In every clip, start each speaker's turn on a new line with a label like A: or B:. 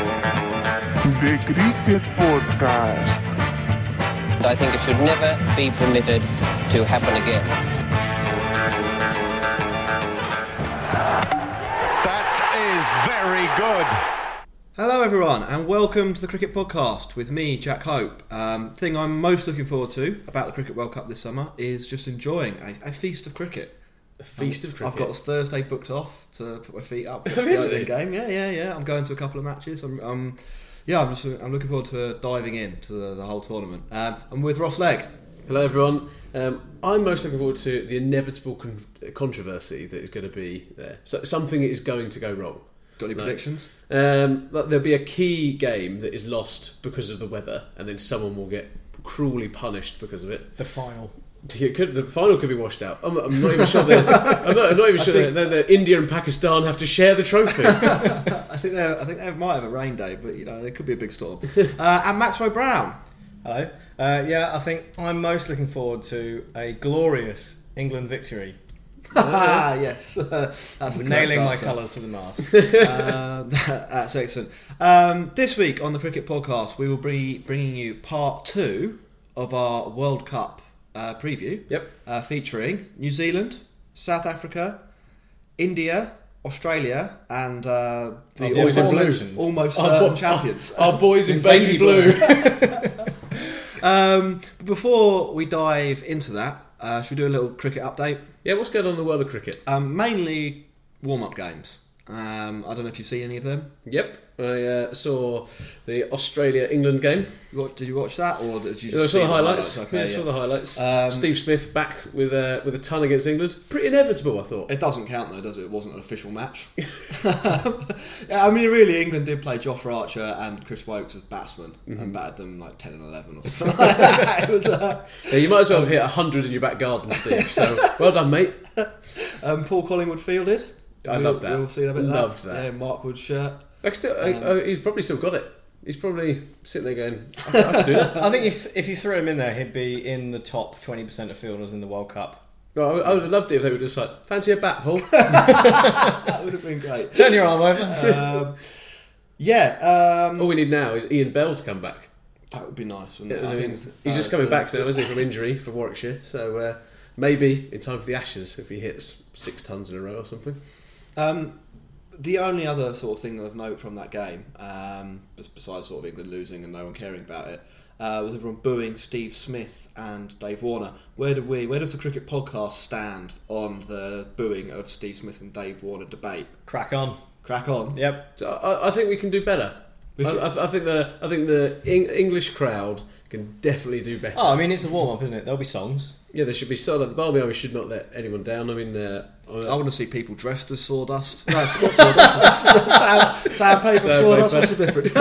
A: The Cricket Podcast.
B: I think it should never be permitted to happen again.
C: That is very good.
D: Hello, everyone, and welcome to the Cricket Podcast with me, Jack Hope. Um, thing I'm most looking forward to about the Cricket World Cup this summer is just enjoying a, a feast of cricket.
E: A feast of cricket.
D: I've got Thursday booked off to put my feet up.
E: Oh, is
D: Go to the
E: it?
D: game, yeah, yeah, yeah. I'm going to a couple of matches. I'm, um, yeah, I'm just, I'm looking forward to diving in to the, the whole tournament. Um, I'm with Ross Legg.
E: Hello, everyone. Um, I'm most looking forward to the inevitable con- controversy that is going to be there. So something is going to go wrong.
D: Got any
E: No.
D: predictions?
E: Um, but there'll be a key game that is lost because of the weather, and then someone will get cruelly punished because of it.
F: the final.
E: It could, the final could be washed out. I'm, I'm not even sure. That, I'm, not, I'm not even sure that, that, that India and Pakistan have to share the trophy.
D: I think they I think they might have a rain day, but you know there could be a big storm. uh, and Maxwell Brown.
F: Hello. Uh, yeah, I think I'm most looking forward to a glorious England victory,
E: Oh,
D: Ah, yes, that's the
F: nailing
D: correct
F: my
D: answer.
F: colours to the mast.
D: Uh, that's excellent. Um, this week on the Cricket Podcast, we will be bringing you part two of our World Cup uh, preview.
E: Yep.
D: Uh, featuring New Zealand, South Africa, India, Australia, and uh, the
E: Oh,
F: Our boys in blue.
D: almost, almost
E: Our
D: certain
E: Oh, bo- oh.
D: champions.
E: Our boys in,
F: In
E: uh, baby,
F: baby
E: blue.
D: Um, but before we dive into that, uh, should we do a little cricket update?
E: yeah, what's going on in the world of cricket?
D: Um, mainly warm up games. Um, I don't know if you've seen any of them.
E: Yep, I uh, saw the Australia England game.
D: What, did you watch that, or did you just
E: I
D: see
E: saw the highlights.
D: Okay,
E: yeah, I
D: yeah.
E: saw the highlights.
D: Um,
E: Steve Smith back with a with a ton against England. Pretty inevitable, I thought.
D: It doesn't count though, does it? It wasn't an official match. yeah, I mean, really, England did play Joffre Archer and Chris Wokes as batsmen
E: Mm-hmm.
D: and batted them like ten and eleven or something. like that. It was, uh,
E: Yeah, you might as well have hit hundred in your back garden, Steve. So well done, mate.
D: um, Paul Collingwood fielded.
E: I
D: we,
E: love that.
D: We'll see a bit of
E: Loved that.
D: Yeah, Mark Wood's shirt.
E: I still, I,
D: Um,
E: I, he's probably still got it. He's probably sitting there going, "I could, I could do that."
F: I think if, if you threw him in there, he'd be in the top 20% of fielders in the World Cup.
E: Well, I, I would have loved it if they were just like, "Fancy a bat, Paul?"
D: That would have been great.
F: Turn your arm over.
D: Um, yeah, um,
E: All we need now is Ian Bell to come back.
D: that would be nice. Wouldn't it?
E: I
D: I
E: mean,
D: think uh, that
E: he's just
D: would
E: coming
D: be-
E: back now, isn't he, from injury for Warwickshire? So uh, maybe in time for the Ashes if he hits six tons in a row or something.
D: Um, the only other sort of thing of note from that game, um, bes- besides sort of England losing and no one caring about it, uh, was everyone booing Steve Smith and Dave Warner. Where do we? Where does the cricket podcast stand on the booing of Steve Smith and Dave Warner debate?
F: Crack on.
D: Crack on.
F: Yep.
E: So I, I think we can do better. I,
D: can-
E: I, I think the I think the Eng- English crowd can definitely do better.
F: Oh, I mean, it's a warm up, isn't it? There'll be songs.
E: Yeah, there should be so that the Barbie Army should not let anyone down. I mean, uh,
D: I
E: I-
D: want to see people dressed as sawdust. No, it's not sawdust. sand, sandpaper, sawdust. What's the difference?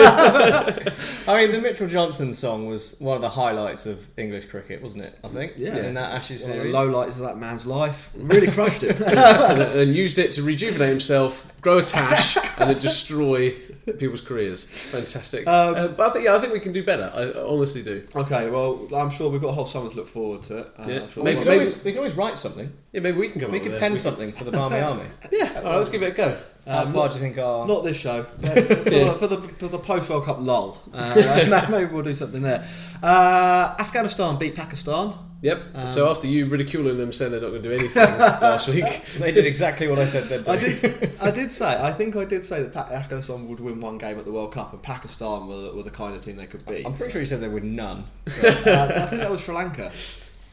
F: I mean, the Mitchell Johnson song was one of the highlights of English cricket, wasn't it? I think.
D: Yeah.
F: In that Ashes
D: One of the
F: series.
D: low lights of that man's life really crushed it.
E: and, and used it to rejuvenate himself, grow a tash, and then destroy people's careers. Fantastic.
D: Um,
E: Uh, but I think yeah, I think we can do better. I, I honestly do.
D: okay, well, I'm sure we've got a whole summer to look forward to. Uh,
E: Yeah.
D: I'm sure
F: we,
E: Maybe-
F: could
E: maybe-
F: always, we could always write something.
E: Yeah, maybe we can come
F: We
E: up
F: could
E: with
F: pen
E: it.
F: something for the Barmy Army.
E: Yeah, all right, let's give it a go.
F: How far do you think our
D: Uh, Not this show. No, for, the, for, the, for the post World Cup lull. Uh, no, maybe we'll do something there. Uh, Afghanistan beat Pakistan.
E: Yep. so after you ridiculing them, saying they're not going to do anything last week,
F: They did exactly what I said they'd do.
D: I did. I did say. I think I did say that Pa- Afghanistan would win one game at the World Cup, and Pakistan were, the- were the kind of team they could beat.
F: am pretty sure you said there were none.
D: Uh, I think that was Sri Lanka.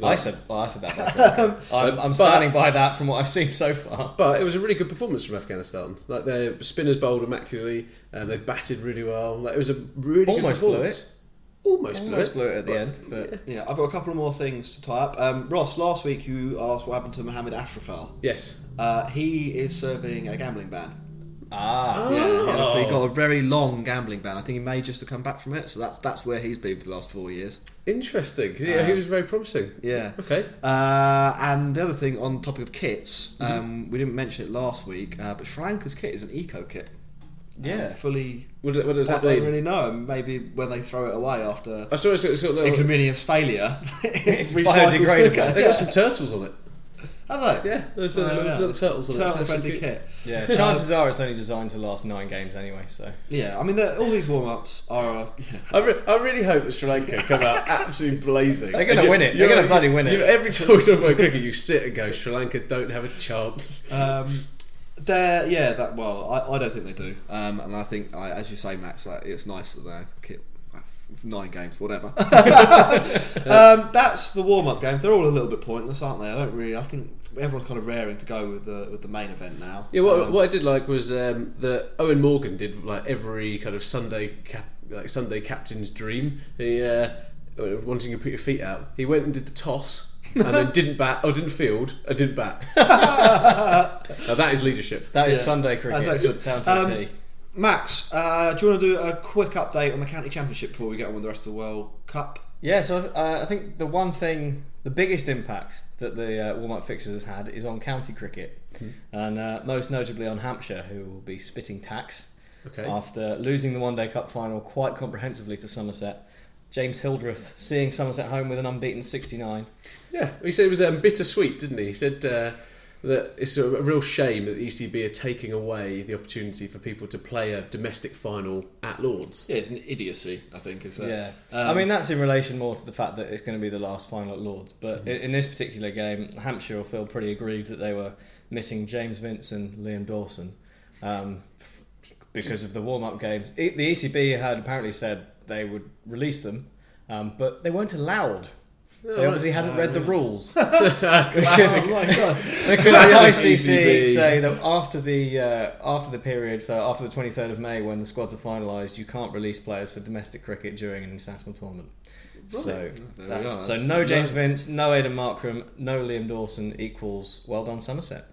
F: I said, well, I said that. Back then. I'm, I'm
E: But-
F: standing by that from what I've seen so far.
E: But it was a really good performance from Afghanistan. Like their spinners bowled immaculately, and they batted really well. Like it was a really good
F: Almost blew
E: performance. Almost blew it.
F: Almost blew it at the end, but
D: Yeah, I've got a couple of more things to tie up. Um, Ross, last week you asked what happened to Mohammed Ashrafal.
E: Yes.
D: Uh, he is serving a gambling ban.
F: ah,
D: Yeah, he got a very long gambling ban. I think he may just have come back from it, so that's that's where he's been for the last four years.
E: Interesting. 'cause, Yeah, he was very promising.
D: Yeah.
E: Okay.
D: Uh, and the other thing on the topic of kits,
E: Mm-hmm.
D: um, we didn't mention it last week, uh, but Sri Lanka's kit is an eco kit. Um,
F: yeah.
D: Fully.
E: What does, what does
D: I
E: that
D: don't
E: mean?
D: really know. and Maybe when they throw it away after
E: I saw it's, it's got little,
D: ignominious failure,
F: It's
D: recycles
F: biodegradable.
D: quicker.
E: they got some turtles on it.
D: Have they?
E: Yeah, there's a-
D: Oh,
E: there's little turtles on it, so
D: Turtle
E: it's
D: friendly
E: good.
D: kit.
F: Yeah, um, chances are it's only designed to last nine games anyway. So
D: Yeah, I mean, they're- all these warm ups are. Uh, yeah.
E: I, re- I really hope that Sri Lanka come out absolutely blazing.
F: They're gonna
E: And you-
F: win it.
E: you're-
F: They're gonna bloody win it.
E: you- every time we talk about cricket, you sit and go, Sri Lanka don't have a chance.
D: Um, they're yeah that well I, I don't think they do um, and I think I, as you say Max that it's nice that they're ki- nine games whatever um, that's the warm up games they're all a little bit pointless aren't they I don't really I think everyone's kind of raring to go with the with the main event now
E: Yeah, what,
D: Um,
E: what I did like was um, that Owen Morgan did like every kind of Sunday cap- like Sunday captain's dream. He uh, uh, wanting to put your feet out. He went and did the toss and then didn't bat or didn't field and didn't bat. now that is leadership.
F: that is
D: Yeah.
F: Sunday cricket
D: That's excellent.
F: down to
D: Um,
F: a T.
D: Max uh, do you want to do a quick update on the county championship before we get on with the rest of the World Cup
F: Yeah, so I th- uh, I think the one thing, the biggest impact that the uh, warm-up fixtures has had is on county cricket, and uh, most notably on Hampshire, who will be spitting tax
E: Okay.
F: after losing the One Day Cup final quite comprehensively to Somerset. James Hildreth seeing Somerset home with an unbeaten 69.
E: Yeah, he said it was um, bittersweet, didn't he? He said uh, that it's a, a real shame that the ECB are taking away the opportunity for people to play a domestic final at Lords.
D: yeah it's an idiocy I think is it
F: Yeah,
D: Um,
F: I mean that's in relation more to the fact that it's going to be the last final at Lords. But in, in this particular game, Hampshire will feel pretty aggrieved that they were missing James Vince and Liam Dawson um, f- because of the warm-up games. E- the ECB had apparently said they would release them, um, but they weren't allowed. They obviously hadn't read the rules because
D: oh my god
F: because the
E: Classic
F: ICC
E: ECB.
F: say that after the uh, after the period, so after the 23rd of May, when the squads are finalised, you can't release players for domestic cricket during an international tournament. So,
D: Oh, we
F: that's,
D: are.
F: so
D: That's-
F: no James Vince, no Aidan Markram, no Liam Dawson equals well done Somerset.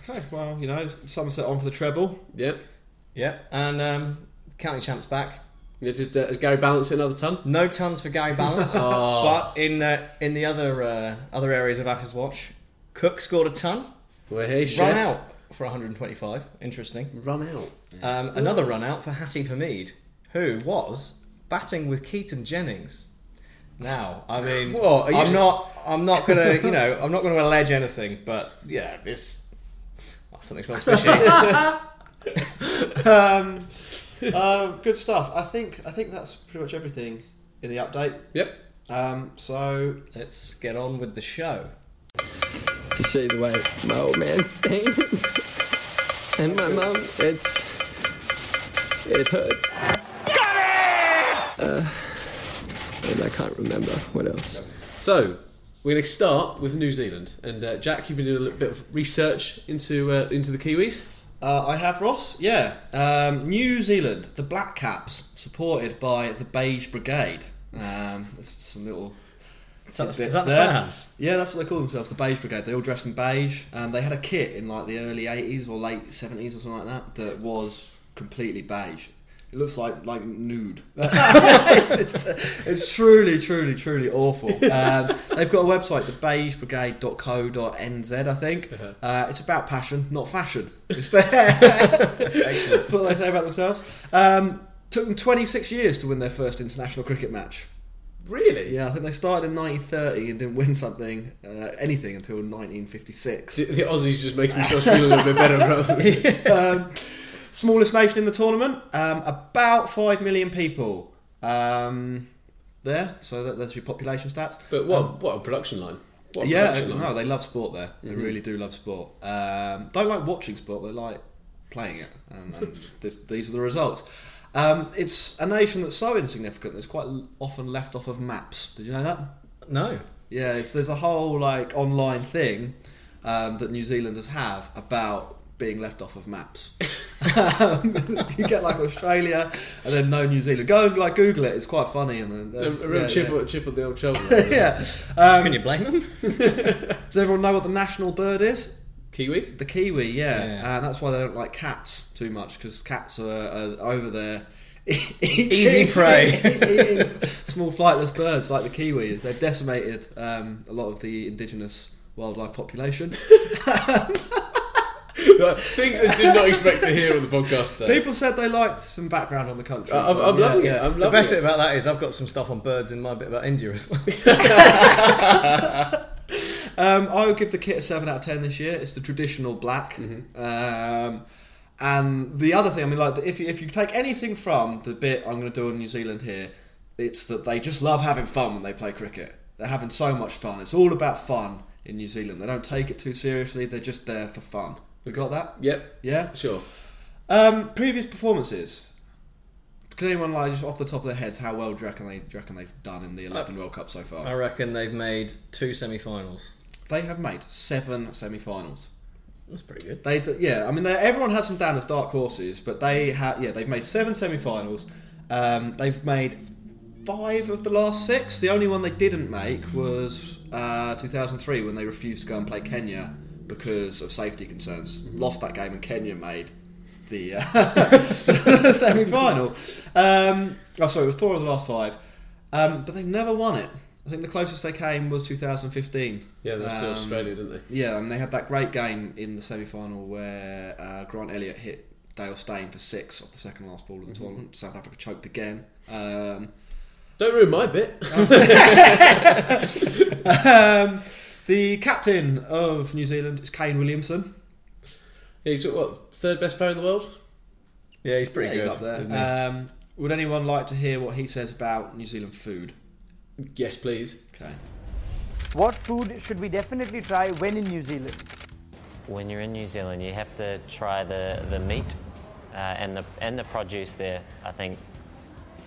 D: okay well you know Somerset on for the treble
E: Yep.
F: Yeah, and um, county champs back.
E: Yeah, did, uh, has Gary Balance hit another ton?
F: No tons for Gary Balance, but in uh, in the other uh, other areas of Apple's watch, Cook scored a ton,
E: Well, hey,
F: run
E: chef.
F: out for 125. Interesting.
E: Run out.
F: Um, another run out for Hasib Hamid, who was batting with Keaton Jennings. Now, I mean,
E: What, are you
F: I'm
E: s-
F: not, I'm not gonna, you know, I'm not gonna allege anything, but yeah, it's oh, something smells fishy.
D: um, um, good stuff. I think I think that's pretty much everything in the update.
E: Yep.
D: Um, so
F: Let's get on with the show.
G: to see the way my old man's painted. And my mum, it's. It hurts. Got it! Uh, and I can't remember what else.
E: So we're going to start with New Zealand, and uh, Jack, you've been doing a little bit of research into uh, into the Kiwis.
D: uh, I have Ross. Yeah, um, New Zealand, the Black Caps, supported by the Beige Brigade. Um, that's some little
F: Is that the,
D: bits
F: is that the
D: there.
F: fans?
D: Yeah, that's what they call themselves, the Beige Brigade. They all dressed in beige. Um, they had a kit in like the early '80s or late '70s or something like that that was completely beige. It looks like like nude. it's, it's, it's truly, truly, truly awful. Um, they've got a website, thebeigebrigade.co.nz, I think.
F: Uh-huh.
D: Uh, it's about passion, not fashion. It's there.
F: Excellent.
D: That's what they say about themselves. Um, took them 26 years to win their first international cricket match.
E: Really?
D: Yeah, I think they started in 1930 and didn't win something, uh, anything until 1956.
E: The, the Aussies just make themselves feel a little bit better. Rather than,
D: um, smallest nation in the tournament, um, about 5 million people. Um, there, so that, that's your population stats.
E: But what what a production line! What a
D: yeah,
E: production
D: no,
E: line.
D: they love sport there. They really do love sport. Um, don't like watching sport, but they like playing it. Um, and this, these are the results. Um, it's a nation that's so insignificant that it's quite l- often left off of maps. Did you know that?
F: No,
D: Yeah, it's there's a whole like online thing um, that New Zealanders have about being left off of maps. um, you get like Australia and then no New Zealand. Go and like Google it. It's quite funny and
E: A,
D: then
E: a real
D: yeah,
E: chip,
D: Yeah.
E: chip of the old shoulder.
D: yeah. Um,
F: can you blame them?
D: does everyone know what the national bird is?
E: Kiwi.
D: The kiwi, yeah, Uh,
F: Yeah.
D: and that's why they don't like cats too much because cats are, are over there.
F: Easy prey.
D: eating small flightless birds like the kiwi. They've decimated um, a lot of the indigenous wildlife population.
E: Things I did not expect to hear on the podcast. There.
D: People said they liked some background on the country.
E: Uh, I'm,
D: so,
E: I'm
D: yeah,
E: loving
D: yeah.
E: it. I'm loving
F: The best
E: it.
F: bit about that is I've got some stuff on birds in my bit about India as well.
D: Um, I would give the kit a 7 out of 10 this year. It's the traditional black.
E: Mm-hmm.
D: Um, and the other thing, I mean, like, if you, if you take anything from the bit I'm going to do on New Zealand here, it's that they just love having fun when they play cricket. They're having so much fun. It's all about fun in New Zealand. They don't take it too seriously, they're just there for fun. We got that?
E: Yep.
D: Yeah?
E: Sure.
D: Um, previous performances. Can anyone like just off the top of their heads how well do you reckon they do you reckon they've done in the
E: Uh,
D: eleven World Cup so far?
F: I reckon they've made two semi-finals.
D: They have made seven semi-finals.
F: That's pretty good.
D: They d- yeah, I mean they, everyone has them down as dark horses, but they have yeah they've made seven semi-finals. Um, they've made five of the last six. The only one they didn't make was uh, 2003 when they refused to go and play Kenya because of safety concerns. Lost that game and Kenya made the uh, semi-final. Um, oh, sorry, it was four of the last five, um, but they've never won it. I think the closest they came was 2015.
E: Yeah, they're still
D: Um,
E: Australia, didn't they?
D: yeah, and they had that great game in the semi-final where uh, Grant Elliott hit Dale Steyn for six off the second last ball of
F: Mm-hmm.
D: the tournament. South Africa choked again. Um,
E: Don't ruin my bit.
D: um, the captain of New Zealand is Kane Williamson.
E: He's what third best player in the world. Uh,
F: Yeah, he's pretty
D: Yeah,
F: good.
D: he's up there.
F: Isn't he?
D: Um, would anyone like to hear what he says about New Zealand food?
E: Yes, please.
D: Okay.
H: What food should we definitely try when in New Zealand?
I: when you're in New Zealand, you have to try the, the meat uh, and, the, and the produce there. I think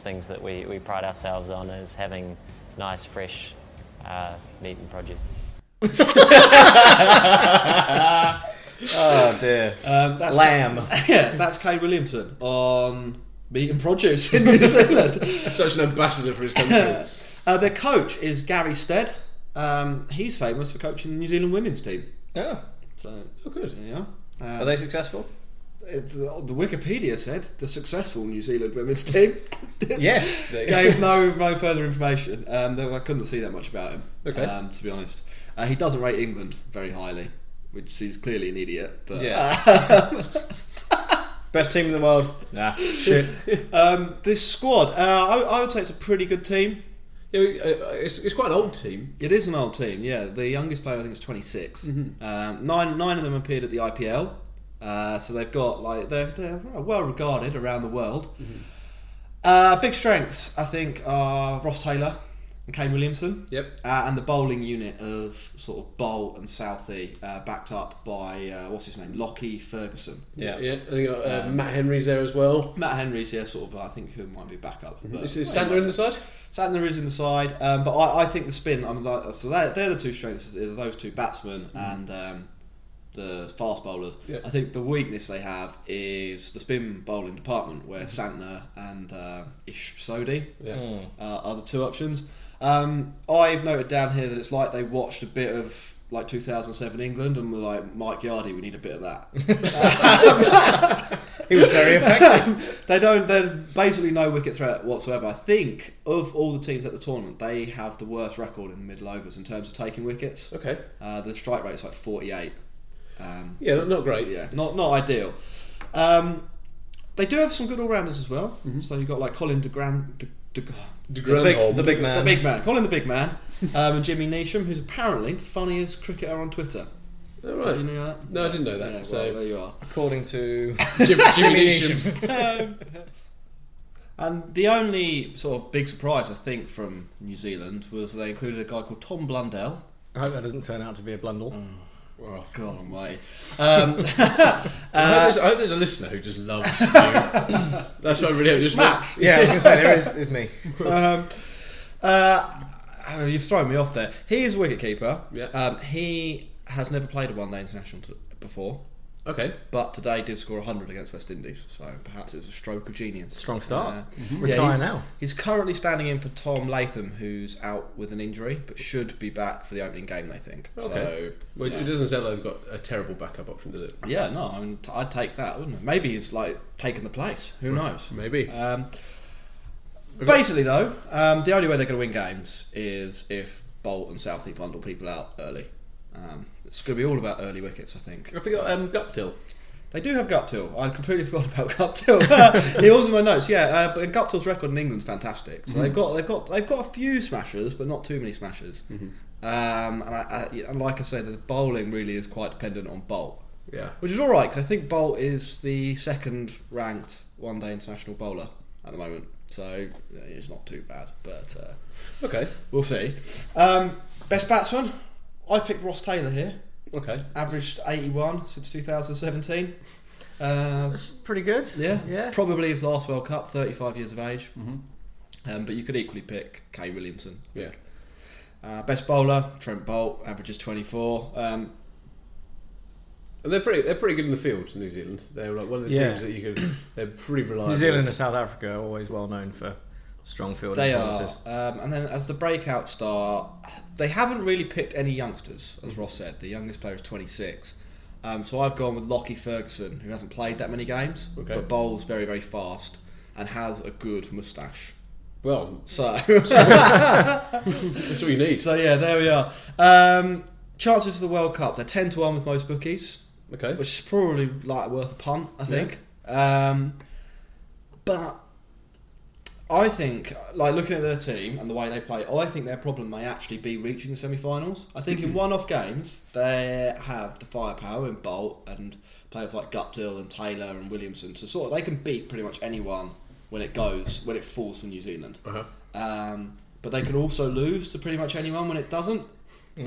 I: things that we, we pride ourselves on is having nice, fresh uh, meat and produce.
F: Oh dear.
D: Um, that's
F: Lamb.
D: yeah, that's Kane Williamson on meat and produce in New Zealand.
E: Such an ambassador for his country.
D: Uh, their coach is Gary Stead. Um, he's famous for coaching the New Zealand women's team.
F: Oh,
D: So
E: oh, good.
D: yeah,
F: are they successful?
D: it, the, the Wikipedia said the successful New Zealand women's team.
F: Yes. They-
D: Gave no no further information. Um, though I couldn't see that much about him.
E: Okay.
D: Um, to be honest, uh, he doesn't rate England very highly, which he's clearly an idiot. But
F: Yeah. Ah. Best team in the world. Nah. Shit.
D: um, this squad, uh, I, I would say it's a pretty good team.
E: Yeah, we- uh, it's, it's quite an old team.
D: It is an old team, yeah. The youngest player I think is 26. Um, nine nine of them appeared at the IPL, uh, so they've got like they're, they're well regarded around the world. Uh, big strengths I think are Ross Taylor and Kane Williamson.
E: Yep.
D: Uh, and the bowling unit of sort of Bowl and Southey, uh, backed up by uh, what's his name, Lockie Ferguson.
F: Yeah.
E: Yeah, I think uh, Matt Henry's there as well.
D: Matt Henry's yeah, sort of I think who might be backup. but-
E: Is, is Sandler in the side?
D: Santner is in the side, um, but I, I think the spin. I'm like, so they're, they're the two strengths. are Those two batsmen and um, the fast bowlers.
E: Mm. Yeah.
D: I think the weakness they have is the spin bowling department, where Santner and uh, Ish Sodi
E: Mm-hmm. Yeah.
D: uh, are the two options. Um, I've noted down here that it's like they watched a bit of like 2007 England and were like, Mike Yardy, we need a bit of that.
F: He was very effective.
D: They don't. There's basically no wicket threat whatsoever. I think of all the teams at the tournament, they have the worst record in the middle overs in terms of taking wickets.
E: Okay.
D: Uh, the strike rate's like 48. Um,
E: Yeah, not- not great.
D: yeah, not not ideal. Um, they do have some good all rounders as well. So you've got like Colin de Grand. De, de,
E: Mm-hmm. De
F: the, big,
E: Grandhomme.
F: the big man.
D: the big man, Colin the big man, um, and Jimmy Neesham, who's apparently the funniest cricketer on Twitter.
E: All
D: Did
E: right.
D: you know that?
E: No, I didn't know that.
D: Yeah, well, there
E: so
D: you are.
F: According to
E: Jim, Jimmy
F: Jimmy
E: Neesham.
F: Neesham.
D: And the only sort of big surprise I think from New Zealand was they included a guy called Tom Blundell.
F: I hope that doesn't turn out to be a blundle.
D: Oh God Almighty! Um,
E: I, hope there's, I hope there's a listener who just loves you. That's what I really hope. Just
D: Matt,
F: Yeah, I was gonna say there is, is me.
D: um, uh, oh, you've thrown me off there. He is a wicketkeeper.
E: Yeah.
D: Um, he has never played a one-day international t- before,
E: Okay.
D: but today did score 100 against West Indies. So perhaps it was a stroke of genius. Uh,
F: Strong start.
E: Mm-hmm.
D: Yeah,
F: Retire
D: he's-
F: now.
D: He's currently standing in for Tom Latham, who's out with an injury, but should be back for the opening game. They think.
E: Okay.
D: So
E: Well, it- It doesn't sound like they've got a terrible backup option, does it?
D: Yeah, no, I mean, t- I'd take that, wouldn't I? Maybe he's like taking the place. Who knows?
E: Maybe.
D: Um, basically, though, um, the only way they're going to win games is if Bolt and Southey bundle people out early. Um, it's going to be all about early wickets, I think.
E: Have they got um, Guptill?
D: They do have Guptill. I completely forgot about Guptill. he was in my notes. Yeah, uh, but Guptill's record in England's fantastic. So they've got they've got they've got a few smashers, but not too many smashers. Um, and, I, I, and like I say, the bowling really is quite dependent on Bolt,
E: Yeah.
D: which is all right because I think Bolt is the second ranked one day international bowler at the moment. So yeah, it's not too bad, but. Uh,
E: Okay.
D: We'll see. Um, best batsman? I picked Ross Taylor here.
E: Okay.
D: Averaged 81 since 2017. Uh,
E: That's pretty good.
D: yeah.
E: Yeah. Mm-hmm.
D: Probably his last World Cup, 35 years of age. Um, but you could equally pick Kay Williamson. I
E: Yeah.
D: think. Uh, best bowler, Trent Bolt, averages 24. Um,
E: And they're pretty. They're pretty good in the field. New Zealand. They're like one of the
F: Yeah.
E: teams that you could. They're pretty reliable.
F: New Zealand and South Africa are always well known for strong fielding
D: they are.
F: performances.
D: Um, and then as the breakout star, they haven't really picked any youngsters, as Ross said. The youngest player is 26. Um, so I've gone with Lockie Ferguson, who hasn't played that many games,
E: Okay.
D: but bowls very, very fast and has a good moustache.
E: Well,
D: So,
E: that's all you need.
D: so yeah, there we are. Um, chances of the World Cup, they're 10 to 1 with most bookies,
E: Okay.
D: which is probably like worth a punt, I think. Um, but I think, like looking at their team and the way they play, I think their problem may actually be reaching the semi-finals. I think in one-off games they have the firepower in Bolt and players like Guptill and Taylor and Williamson. So sort of they can beat pretty much anyone when it goes when it falls for New Zealand.
E: Uh-huh.
D: Um, but they can also lose to pretty much anyone when it doesn't.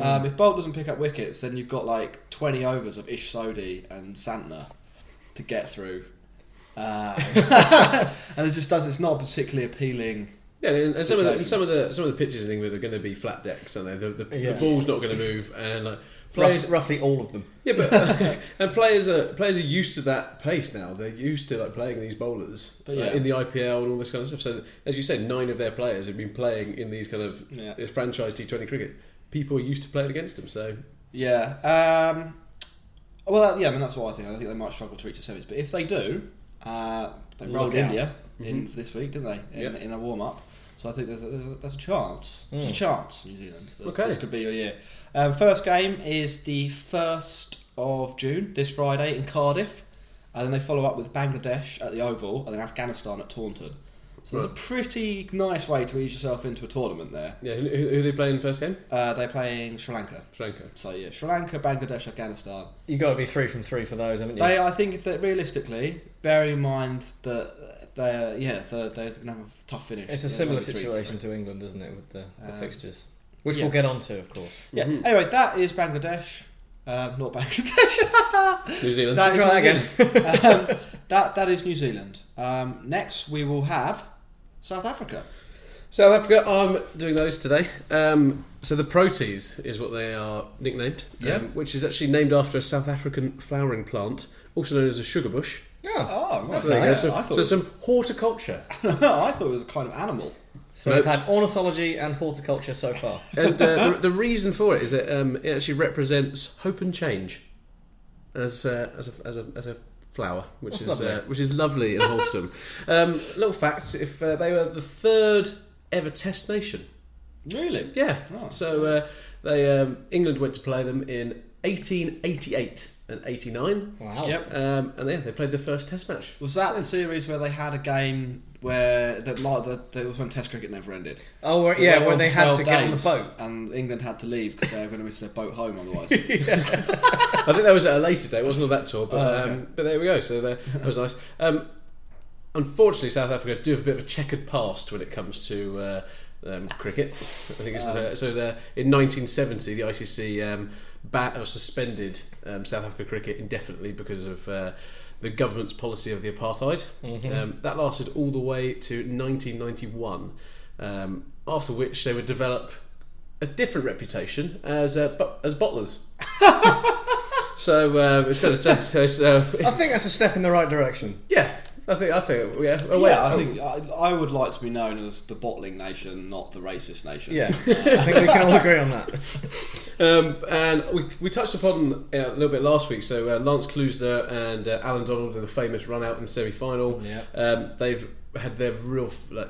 D: Um, if Bolt doesn't pick up wickets, then you've got like 20 overs of Ish Sodhi and Santner to get through. Um, and it just does. It's not a particularly appealing.
E: Yeah, and, and some of the
D: Situation.
E: and some of the some of the pitches in England are going to be flat decks, and the the, the
F: Yeah.
E: ball's not going to move, and like players.
F: Rough, roughly all of them.
E: Yeah, but and players are players are used to that pace now. They're used to like playing these bowlers
D: But
E: like,
D: yeah.
E: in the IPL and all this kind of stuff. So as you said, nine of their players have been playing in these kind of
D: Yeah.
E: uh, franchise T Twenty cricket. People are used to playing against them. So
D: Yeah. Um, well, that, yeah. I mean, that's what I think. I think they might struggle to reach the semis, but if they do, uh, they rolled
F: out.
D: India in
E: Mm-hmm.
D: for this week, didn't they? In,
E: Yeah.
D: in a warm up. So I think there's a, there's a, there's a chance. There's a chance, New Zealand. that
E: Hmm. Okay.
D: This could be your year. Um, first game is the first of June this Friday in Cardiff, and then they follow up with Bangladesh at the Oval, and then Afghanistan at Taunton. So there's a
E: Right.
D: pretty nice way to ease yourself into a tournament there.
E: yeah, who, who who they play in the first game?
D: Uh, they're playing Sri Lanka.
E: Sri Lanka.
D: So yeah, Sri Lanka, Bangladesh, Afghanistan.
F: You've got to be three from three for those, haven't you?
D: They, I think, if they realistically bear in mind that they're yeah they're, they're going to have a tough finish.
F: it's a
D: They're
F: similar
D: gonna be three-
F: situation to England, isn't it, with the, the
D: Um,
F: fixtures? Which
D: yeah.
F: we'll get onto, of course.
D: Yeah. Anyway, that is Bangladesh. Um, not Bangladesh.
E: New Zealand.
D: That is
F: Try
D: New
F: again.
D: Zealand. um, that that is New Zealand. Um, next, we will have South Africa.
E: South Africa. I'm doing those today. Um, so the Proteas is what they are nicknamed.
D: Yeah.
E: um, which is actually named after a South African flowering plant, also known as a sugar bush.
D: Oh, right.
E: So there you go.
D: Yeah,
E: So-
D: I thought
E: so some horticulture.
D: I thought it was a kind of animal.
F: So
E: No.
F: we've had ornithology and horticulture so far.
E: and uh, the, the reason for it is that um, it actually represents hope and change as uh, as, a, as a as a flower, which is
F: That's
E: uh,
F: lovely.
E: which is lovely and wholesome. um, little fact: if uh, they were the third ever Test nation,
D: Really?
E: yeah.
D: Oh.
E: So uh, they um, England went to play them in 1888 and 89,
F: Wow.
D: Yep.
E: um, and yeah, they played their first Test match.
D: Was that the series where they had a game where that like that that was when Test cricket never ended?
F: Oh, well,
D: They
F: yeah,
D: went
F: where
D: on
F: they had
D: 12
F: to get on the
D: days,
F: boat.
D: and England had to leave because they were going to miss their boat home otherwise. yeah,
E: I think that was at a later date, wasn't on that tour, but
D: Oh, okay.
E: um, but there we go. So there, that was nice. Um, unfortunately, South Africa do have a bit of a checkered past when it comes to uh, um, cricket. I think it's
D: Uh-huh.
E: uh, so. The, in 1970, the ICC um, bat or suspended um, South Africa cricket indefinitely because of. Uh, the government's policy of the apartheid.
D: Mm-hmm.
E: Um, that lasted all the way to 1991, um, after which they would develop a different reputation as uh, bo- as bottlers. So um, it's going to take. So, so
F: I think that's a step in the right direction.
E: yeah, I think I think yeah. Oh, wait,
D: I
E: oh,
D: think I, I would like to be known as the bottling nation, not the racist nation.
F: Yeah, I think we can all agree on that.
E: Um, and we, we touched upon uh, a little bit last week. So uh, Lance Klusner and uh, Alan Donald in the famous run out in the semi final.
F: Yeah.
E: Um, they've had their real like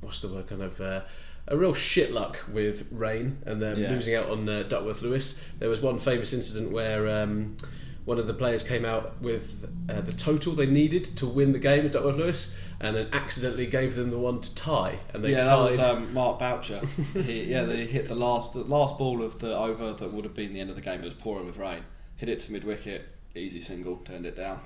E: what's the word kind of. Uh, a real shit luck with rain and they're
F: Yeah.
E: losing out on uh, Duckworth Lewis. There was one famous incident where um, one of the players came out with uh, the total they needed to win the game at Duckworth Lewis, and then accidentally gave them the one to tie, and they
D: yeah, that
E: tied.
D: was um, Mark Boucher. he, yeah, they hit the last the last ball of the over that would have been the end of the game. It was pouring with rain. Hit it to mid wicket, easy single, turned it down.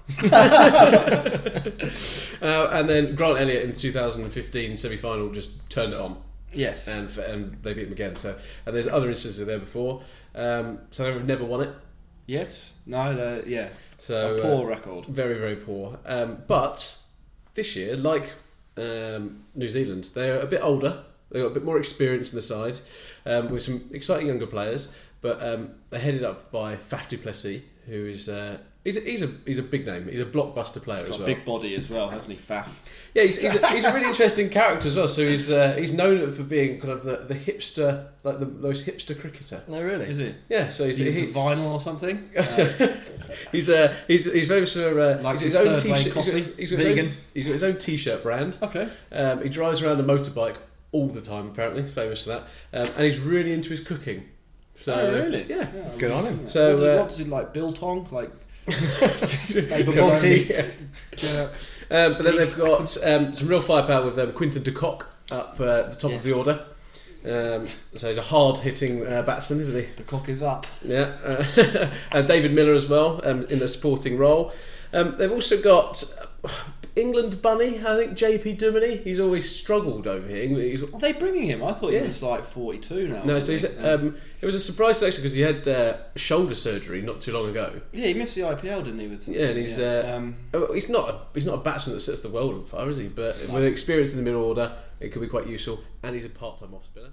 E: Uh, and then Grant Elliott in the 2015 semi-final just turned it on.
D: yes,
E: and f- and they beat them again. So and there's other instances there before. Um, so they've never won it.
D: yes, no, they- yeah.
E: So
D: a
E: uh,
D: poor record.
E: very very poor. Um, but this year, like um, New Zealand, they're a bit older. They've got a bit more experience in the side um, with some exciting younger players. But um, they're headed up by Faf du Plessis, who is. Uh, He's a, he's a he's a big name. He's a blockbuster player
D: Got
E: as
D: a
E: well.
D: big body as well, hasn't he? Faff.
E: Yeah, he's, he's, a, he's a really interesting character as well. So he's uh, he's known for being kind of the, the hipster, like the most hipster cricketer.
F: No, Oh, really.
D: Is he?
E: Yeah, so he's
D: Is he into
E: he,
D: vinyl or something?
E: he's uh, he's he's famous for uh,
D: Likes
E: he's
D: his
E: got his own
D: third lane
E: t-shirt. He's got,
D: coffee.
E: he's got his
F: Vegan.
E: own, he's got his own t-shirt brand.
D: Okay.
E: Um, he drives around a motorbike all the time. Apparently, he's famous for that. Um, and he's really into his cooking. So,
D: Oh, really?
E: Yeah.
F: Good on him.
E: So,
D: what, does he,
E: uh,
D: what does he like? Biltong, like
E: Baby
D: Monty.
E: Um, but then they've got um, some real firepower with um, Quinton de Kock up uh, at the top of the
D: Yes.
E: order. Um, so he's a hard-hitting uh, batsman, isn't he?
D: the cock is up.
E: Yeah, uh, and David Miller as well um, in the supporting role. Um, they've also got uh, England bunny. I think JP Duminy. He's always struggled over here. England- He's,
D: Are they bringing him? I thought
E: Yeah.
D: he was like forty-two now.
E: no,
D: or
E: so
D: something.
E: he's, um, it was a surprise selection because he had uh, shoulder surgery not too long ago.
D: yeah, he missed the IPL, didn't he? With
E: Yeah, and he's
D: yeah,
E: uh,
D: um,
E: oh, he's not a, he's not a batsman that sets the world on fire, is he? But with experience in the middle order, it could be quite useful. And he's a part-time off spinner.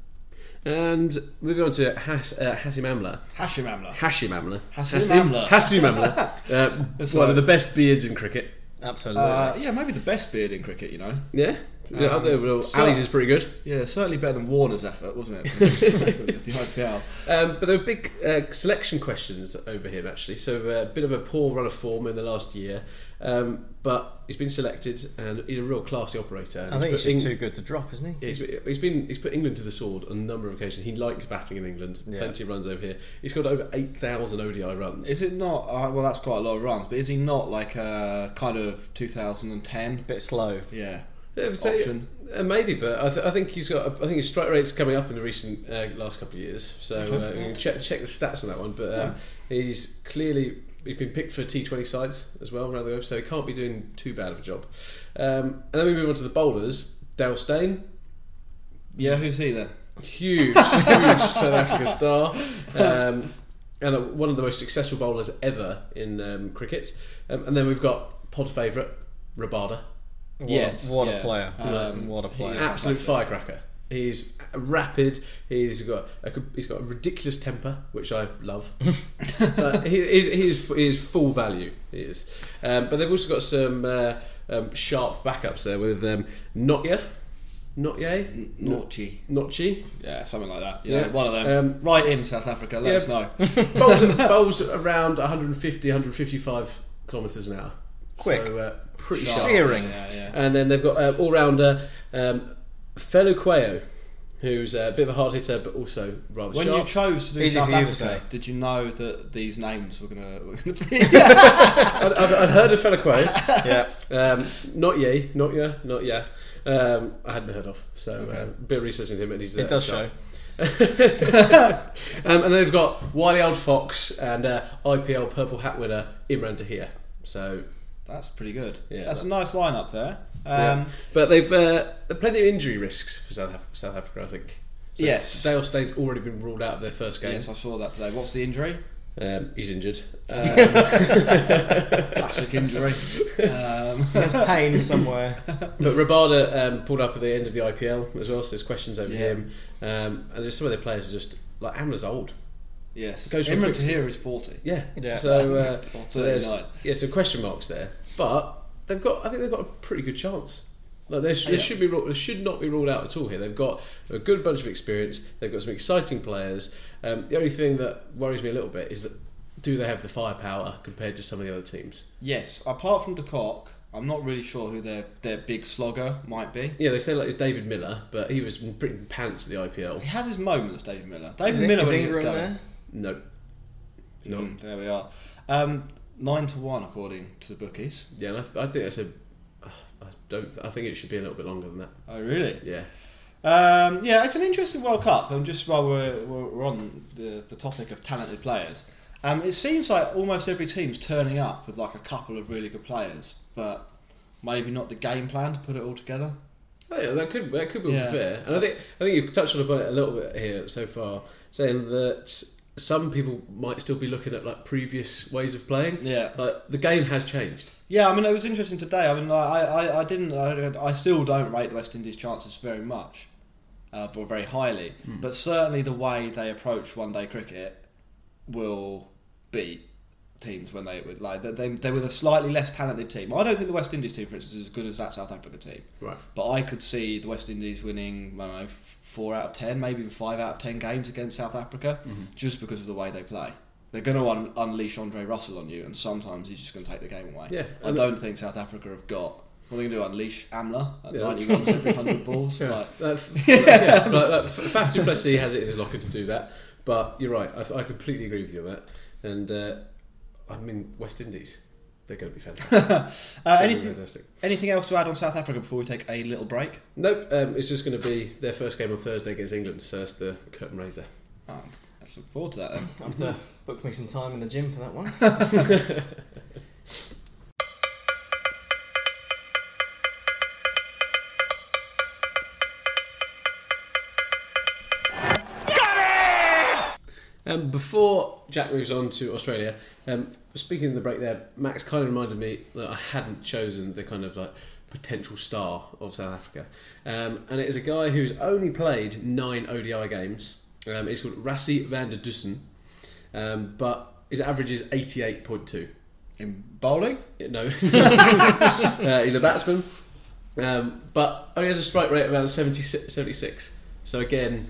E: And moving on to Has, uh, Hassim Amla.
D: Hashim Amla.
E: Hashim Amla.
D: Hassim Amla.
E: Hassim Amla. Uh, one of
D: right.
E: the best beards in cricket.
F: Absolutely.
D: Uh, yeah, maybe the best beard in cricket, you know.
E: Yeah. yeah up there, well, Ali's is pretty good.
D: Yeah, certainly better than Warner's effort, wasn't it? the IPL.
E: Um, but there were big uh, selection questions over him, actually. So uh, a bit of a poor run of form in the last year. Um, but he's been selected and he's a real classy operator.
F: I think
E: He's
F: he's
E: put
F: just
E: Eng-
F: too good to drop, isn't he?
E: He's, he's been he's put England to the sword on a number of occasions. He likes batting in England. Plenty of runs over here. He's got over eight thousand ODI runs.
D: Is it not? Uh, well, that's quite a lot of runs, but is he not like uh, kind of 2010?
F: bit slow.
D: Yeah.
E: Yeah, but say-
D: option?
E: uh, maybe, but I, th- I think he's got. I think his strike rate's coming up in the recent uh, last couple of years. So uh, you can check check the stats on that one. But um, he's clearly he's been picked for T20 sides as well around the web, so he can't be doing too bad of a job. Um, and then we move on to the bowlers. Dale Steyn,
D: Yeah, who's he then?
E: huge, huge South Africa star, um, and uh, one of the most successful bowlers ever in um, cricket. Um, and then we've got pod favourite Rabada.
F: What
D: Yes,
F: A, what
D: yeah.
F: a player.
D: Um,
F: what a player.
E: absolute firecracker. He's rapid. He's got a, he's got a ridiculous temper, which I love. but he, he, is, he, is, he is full value. He is. Um, but they've also got some uh, um, sharp backups there with um, Notye, Notye,
D: Naughty.
E: Notchi.
D: Yeah, something like that.
E: Yeah.
D: yeah, one of them.
E: Um,
D: right in South Africa. Let us know.
E: bowls, bowls around 150, 155 kilometres an hour.
F: Quick.
E: So, uh, pretty sharp.
F: Searing.
E: And then they've got uh, all rounder um, Felu Cuello, who's a bit of a hard hitter but also rather
D: When you
E: sharp.
D: chose to do
F: Easy
D: South
F: for you to
D: Africa,
F: say.
D: did you know that these names were gonna? Were gonna be?
E: I'd, I'd, I'd heard of Felu Cuello,
F: Yeah.
E: um, not ye, not ya, not ya. Um, I hadn't heard of, so uh, a bit of research into him, and he's uh,
F: It does
E: sharp.
F: show.
E: Um, and they've got Wiley Old Fox and uh, IPL Purple Hat winner Imran Tahir. So
D: That's pretty good.
E: Yeah,
D: that's
E: that-
D: a nice lineup there.
E: Yeah.
D: Um,
E: but they've uh, plenty of injury risks for South, Af- South Africa, I think. So
D: Yes.
E: Dale Steyn's already been ruled out of their first game.
D: Yes, I saw that today. What's the injury?
E: Um, he's injured. Uh,
D: Classic injury. um,
F: There's pain somewhere.
E: but Rabada um, pulled up at the end of the IPL as well, so there's questions over him. Um, and there's some of their players are just like Amla's old.
D: yes.
E: Goes for a
D: Imran
E: quick-
D: Tahir is forty.
E: Yeah.
F: Yeah.
E: So, uh,
D: Or
E: so there's
D: 39.
E: yeah, so question marks there. But they've got I think they've got a pretty good chance. Like they, sh- they
D: Yeah.
E: should be ru- they should not be ruled out at all here. They've got a good bunch of experience. They've got some exciting players. Um, the only thing that worries me a little bit is that do they have the firepower compared to some of the other teams?
D: Yes. Apart from De Kock, I'm not really sure who their their big slogger might be.
E: Yeah, they say like it's David Miller, but he was pretty pants at the IPL.
D: He has his moments, David Miller. David
F: Is,
D: Miller
F: is
D: when he gets
F: Ingram
D: going.
F: there?
E: No, no.
D: Mm, there we are. Um, Nine to one, according to the bookies.
E: Yeah, and I, th- I think that's a. I don't. I think it should be a little bit longer than that.
D: Oh, really?
E: Yeah.
D: Um, yeah, it's an interesting World Cup, and just while we're, we're we're on the, the topic of talented players, um, it seems like almost every team's turning up with like a couple of really good players, but maybe not the game plan to put it all together.
E: Oh, yeah, that could that could be
D: Yeah.
E: fair, and I think I think you've touched on about it a little bit here so far, saying that some people might still be looking at like previous ways of playing.
D: Yeah.
E: like the game has changed.
D: Yeah, I mean, it was interesting today. I mean, like, I, I, I didn't, I, don't- I still don't rate the West Indies' chances very much, uh, or very highly. But certainly, the way they approach one-day cricket will beat teams when they would like they, they, they were the slightly less talented team. I don't think the West Indies team, for instance, is as good as that South Africa team.
E: Right.
D: But I could see the West Indies winning, I don't know, f- four out of ten, maybe even five out of ten games against South Africa, just because of the way they play. They're going to un- unleash Andre Russell on you, and sometimes he's just going to take the game away.
E: Yeah,
D: I
E: and-
D: don't think South Africa have got. What are they going to do? Unleash Amla at
E: Yeah.
D: 90 runs every 100 balls? Like,
E: That, yeah, like, like, Faf du Plessis has it in his locker to do that, but you're right. I, I completely agree with you on that, and uh, I mean West Indies, they're going to be fantastic.
D: uh,
E: They're gonna be
D: anything,
E: fantastic.
D: anything else to add on South Africa before we take a little break?
E: Nope, um, it's just going to be their first game on Thursday against England, so that's the curtain raiser.
D: Oh, let's look forward to that then.
F: I have to book me some time in the gym for that one.
E: Um, before Jack moves on to Australia, um, speaking of the break there, Max kind of reminded me that I hadn't chosen the kind of like potential star of South Africa, um, and it is a guy who's only played nine ODI games. Um, it's called Rassi van der Dussen, um, but his average is eighty-eight point two.
D: In bowling?
E: No, uh, he's a batsman, um, but only has a strike rate around 70, 76. So again,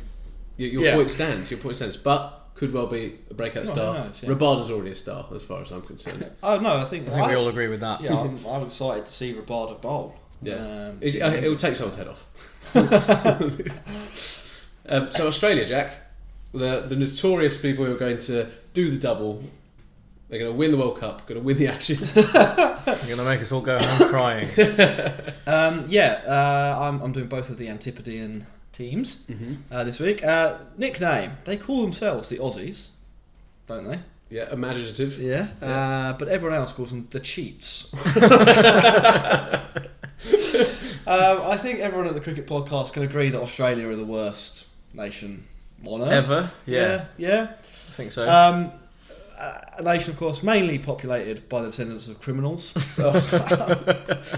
E: your, your
D: Yeah.
E: point stands. Your point stands, but could well be a breakout
D: who
E: star.
D: knows, yeah.
E: Rabada's already a star, as far as I'm concerned.
D: Oh, no, I think,
F: I think we all agree with that.
D: Yeah, I'm, I'm excited to see Rabada bowl.
E: yeah,
D: Um,
E: It's- uh, it'll take someone's head off. um, so Australia, Jack, the the notorious people who are going to do the double. They're going to win the World Cup. Going to win the Ashes.
F: You're gonna make us all go home crying.
D: Um, yeah, uh, I'm, I'm doing both of the Antipodean teams
E: Mm-hmm.
D: uh, this week. Uh, nickname: They call themselves the Aussies, don't they?
E: yeah, imaginative.
D: Yeah. Uh, but everyone else calls them the Cheats. um, I think everyone at the cricket podcast can agree that Australia are the worst nation on earth
F: Ever? Yeah, Uh,
D: Yeah.
F: I think so.
D: yeah. Um, a- a nation, of course, mainly populated by the descendants of criminals,
E: Oh,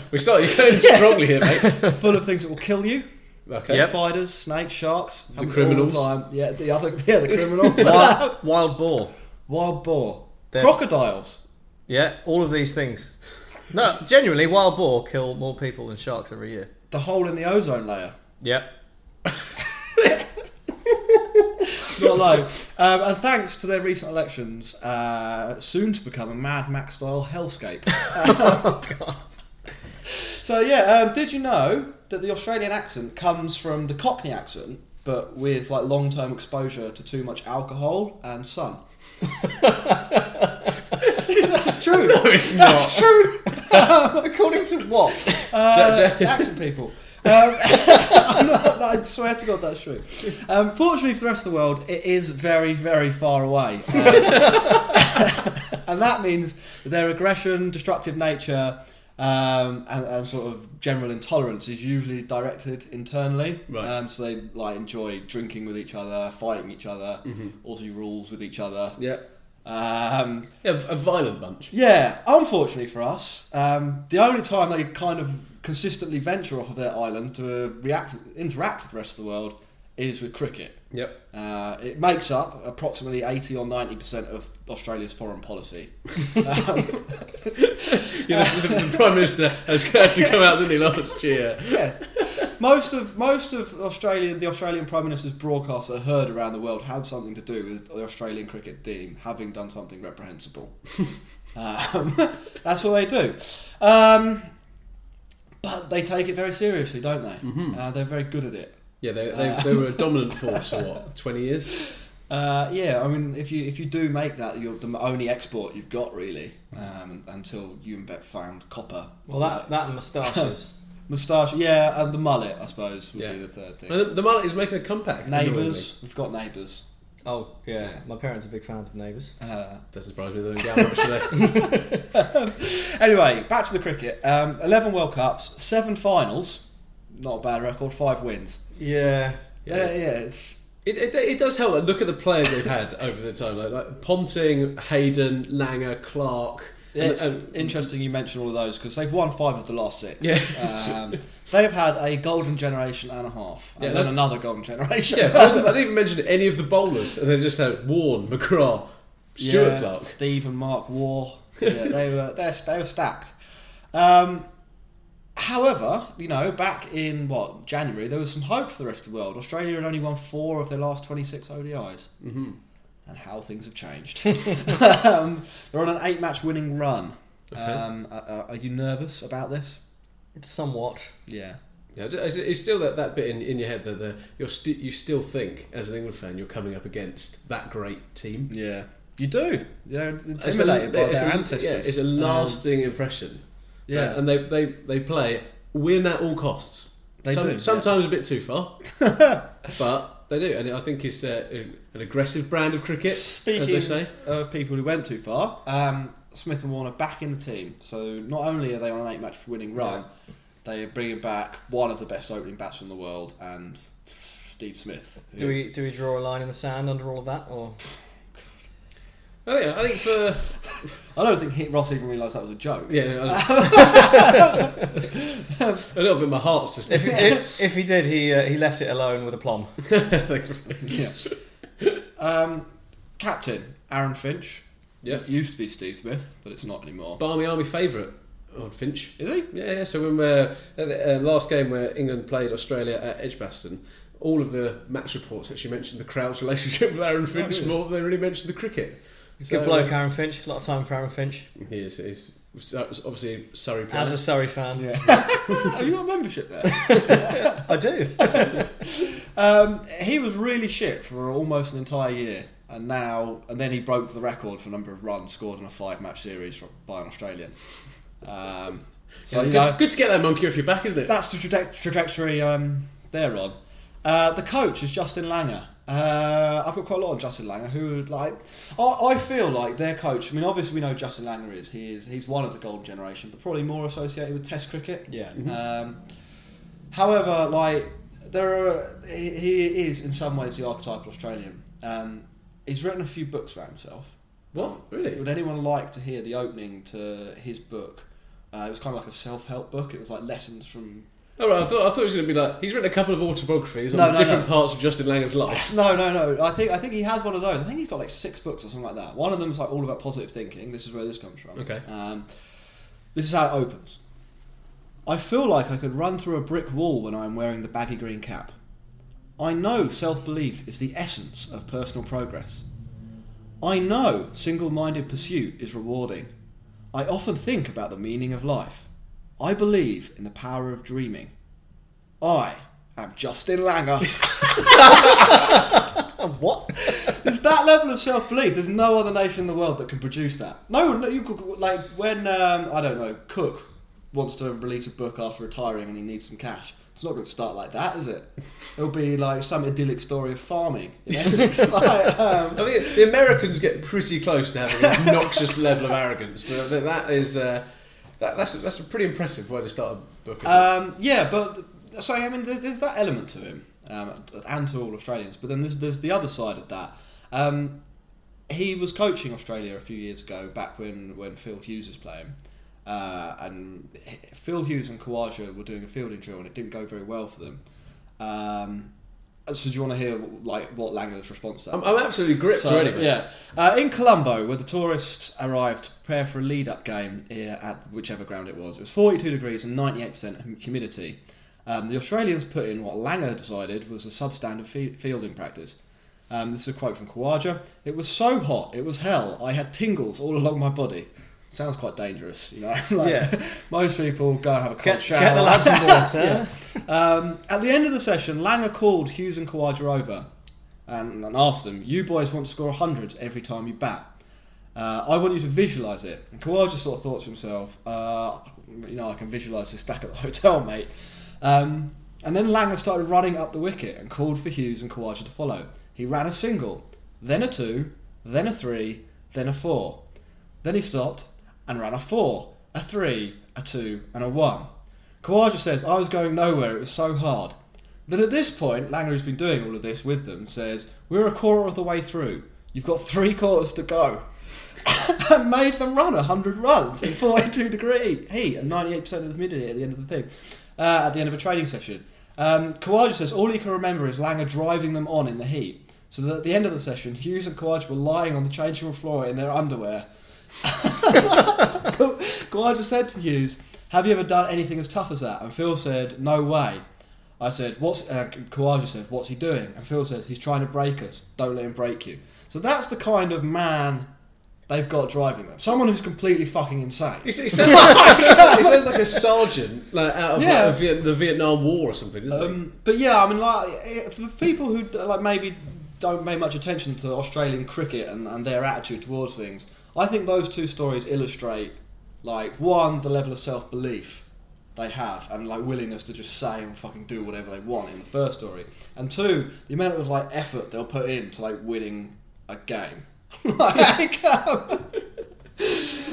E: We start. You're going strongly here, mate.
D: full of things that will kill you.
E: Okay.
F: Yep.
D: Spiders, snakes, sharks, happens all
E: criminals.
D: the time. Yeah, the other, yeah, the criminals.
F: wild, wild boar.
D: Wild boar,
F: They're-
D: crocodiles.
F: Yeah, all of these things. No, genuinely, wild boar kill more people than sharks every year.
D: The hole in the ozone layer.
F: Yep.
D: Not low. Um, and thanks to their recent elections, uh, soon to become a Mad Max style hellscape. So yeah, um, did you know that the Australian accent comes from the Cockney accent, but with like long term exposure to too much alcohol and sun. That's true. No, it's not. That's true. According to what? Uh,
E: Jack-
D: the accent people. Um, I'm not- I swear to God, that's true. Um, fortunately for the rest of the world, it is very, very far away. Um, and that means their aggression, destructive nature, um, and, and sort of general intolerance is usually directed internally.
E: Right.
D: Um, so they like enjoy drinking with each other, fighting each other, Aussie rules with each other.
E: Mm-hmm. Yeah.
D: Um,
E: Yeah, a a violent bunch.
D: yeah, unfortunately for us, um, the only time they kind of consistently venture off of their island to react, interact with the rest of the world is with cricket.
E: Yep.
D: Uh, it makes up approximately 80 or 90% of Australia's foreign policy. Um,
E: Yeah, the, the, the Prime Minister has had to come out, didn't he, last year?
D: yeah. Most of most of Australia, the Australian Prime Minister's broadcasts that are heard around the world have something to do with the Australian cricket team having done something reprehensible. um, that's what they do. Um, but they take it very seriously, don't they? Uh, they're very good at it.
E: Yeah, they, they, they were a dominant force for what, 20 years?
D: Uh, yeah, I mean, if you if you do make that, you're the only export you've got really um, until you and Bet found copper.
F: Well, that that and moustaches.
D: moustache, yeah, and the mullet, I suppose, would
E: Yeah.
D: be the third thing.
E: And the, the mullet is making a comeback. annoyingly.
D: neighbours, we've got neighbours.
F: oh yeah. my parents are big fans of Neighbours.
D: Uh,
E: Doesn't surprise me though. Yeah, I'm actually-
D: anyway, back to the cricket. Um, Eleven World Cups, seven finals, not a bad record. Five wins.
F: Yeah,
D: Yeah, yeah, it's
E: it, it, it does help. Like, look at the players they've had over the time. Like, like Ponting, Hayden, Langer, Clark. and-
D: It's
E: and-
D: interesting you mention all of those because they've won five of the last six.
E: Yeah.
D: Um, they've had a golden generation and a half, and
E: Yeah,
D: then
E: that-
D: another golden generation.
E: yeah, but also, I didn't even mention any of the bowlers, and they just had Warren, McGrath, Stuart
D: Yeah,
E: Clark.
D: Steve and Mark War. Yeah, they were they're, they were stacked. Um, however, you know, back in what January, there was some hope for the rest of the world. Australia had only won four of their last twenty-six ODIs, mm-hmm. and how things have changed. um, they're on an eight-match winning run. Um, are- are, are you nervous about this?
F: somewhat.
D: Yeah.
E: Yeah, it's, it's still that, that bit in, in your head that the, you're st- you still think as an England fan you're coming up against that great team.
D: Yeah. You do. They're intimidated
E: It's a-
D: by
E: it's
D: their
E: a-
D: ancestors.
E: yeah, it's a uh,
D: Um,
E: lasting impression. So-
D: yeah.
E: and they, they, they play win at all costs.
D: They do, yeah.
E: sometimes a bit too far, but they do. And I think it's uh, an aggressive brand of cricket,
D: Speaking
E: as they say.
D: of people who went too far, um, Smith and Warner back in the team. So not only are they on an eight-match winning run, they are bringing back one of the best opening bats in the world and Steve Smith. who-
F: Do we do we draw a line in the sand under all of that, or
E: Oh yeah, I think for
D: I don't think he, Ross even realised that was a joke.
E: yeah, I a little bit. My heart's just.
F: if he, if, if he did, he uh, he left it alone with aplomb.
D: Yeah. um, captain Aaron Finch
E: yeah,
D: used to be Steve Smith, but it's not anymore.
E: Barmy Army favourite, on Finch.
D: Is he?
E: Yeah, yeah. So when we're at the uh, last game where England played Australia at Edgbaston, all of the match reports actually mentioned the crowd's relationship with Aaron Finch more than they really mentioned the cricket. So,
F: Good bloke,
D: uh,
F: Aaron Finch. A lot of time for Aaron Finch.
E: He is, he's so- uh, obviously Surrey player.
F: As a Surrey fan,
D: Have you got a membership there?
F: I do.
D: Um, he was really shit for almost an entire year, and now and then he broke the record for number of runs scored in a five-match series from, by an Australian. Um, so you
E: good,
D: know,
E: good to get that monkey off your back, isn't it?
D: that's the traje- trajectory um, they're on. Uh, the coach is Justin Langer. Uh, I've got quite a lot on Justin Langer, who like I, I feel like their coach. I mean, obviously we know who Justin Langer is. He is he's one of the golden generation, but probably more associated with Test cricket.
F: Yeah.
D: Um, however, like there are, he, he is in some ways the archetypal Australian. Um, he's written a few books about himself.
E: what Oh, really?
D: Would anyone like to hear the opening to his book? Uh, it was kind of like a self-help book. It was like lessons from
E: All right, I thought I thought it was going to be like he's written a couple of autobiographies on
D: No, no, no.
E: different parts of Justin Langer's life.
D: No, no, no. I think I think he has one of those. I think he's got like six books or something like that. One of them's like all about positive thinking. This is where this comes from.
E: Okay.
D: Um, this is how it opens. I feel like I could run through a brick wall when I'm wearing the baggy green cap. I know self belief is the essence of personal progress. I know single minded pursuit is rewarding. I often think about the meaning of life. I believe in the power of dreaming. I am Justin Langer.
F: What?
D: It's that level of self belief. There's no other nation in the world that can produce that. No, no you could like when um, I don't know Cook wants to release a book after retiring and he needs some cash. It's not going to start like that, is it? It'll be like some idyllic story of farming in Essex. like, um,
E: I think the Americans get pretty close to having an obnoxious level of arrogance, but I think that is uh, that, that's that's a pretty impressive way to start a book. Isn't it?
D: um, yeah, but so I mean, there's, there's that element to him um, and to all Australians. But then there's there's the other side of that. Um, he was coaching Australia a few years ago, back when, when Phil Hughes was playing. Uh, and he- Phil Hughes and Kawaja were doing a fielding drill, and it didn't go very well for them. Um, so, do you want to hear like what Langer's response to that?
E: I'm, I'm
D: was?
E: absolutely gripped
D: So,
E: already. mate.
D: yeah. Uh, in Colombo, where the tourists arrived to prepare for a lead up game here at whichever ground it was, it was 42 degrees and 98% hum- humidity. Um, the Australians put in what Langer decided was a substandard fi- fielding practice. Um, this is a quote from Kawaja. It was so hot, it was hell. I had tingles all along my body. Sounds quite dangerous, you know. like,
F: Yeah.
D: Most people go and have a cold
F: Get,
D: shower.
F: get the lads in water.
D: Um, at the end of the session, Langer called Hughes and Kawaja over. and, and ask them, you boys want to score 100 every time you bat. Uh, I want you to visualise it. And Kawhi just sort of thought to himself, uh, you know, I can visualise this back at the hotel, mate. Um, and then Langer started running up the wicket and called for Hughes and Kawaja to follow. He ran a single, then a two, then a three, then a four. Then he stopped and ran a four, a three, a two, and a one. Kawaja says, I was going nowhere, it was so hard. Then at this point, Langer, who's been doing all of this with them, says, We're a quarter of the way through. You've got three quarters to go. and made them run 100 runs in 42 degree heat and 98% of the humidity at the end of the thing, uh, at the end of a training session. Um, Kawaja says all he can remember is Langer driving them on in the heat. So that at the end of the session, Hughes and Kawaja were lying on the changing room floor in their underwear. Kawaja said to Hughes, Have you ever done anything as tough as that? And Phil said, No way. I said, "What's?" Uh, Kawaja said, "What's he doing?" And Phil says, "He's trying to break us. Don't let him break you." So that's the kind of man they've got driving them. Someone who's completely fucking insane.
E: It, it, sounds, like, it, sounds, it sounds like a sergeant like out of like,
D: Yeah.
E: a Viet- the Vietnam War or something, doesn't
D: Um, but yeah, I mean, like eh, for people who like maybe don't pay much attention to Australian cricket and, and their attitude towards things, I think those two stories illustrate like one the level of self belief they have and like willingness to just say and fucking do whatever they want in the first story, and two the amount of like effort they'll put into like winning a game. like, um,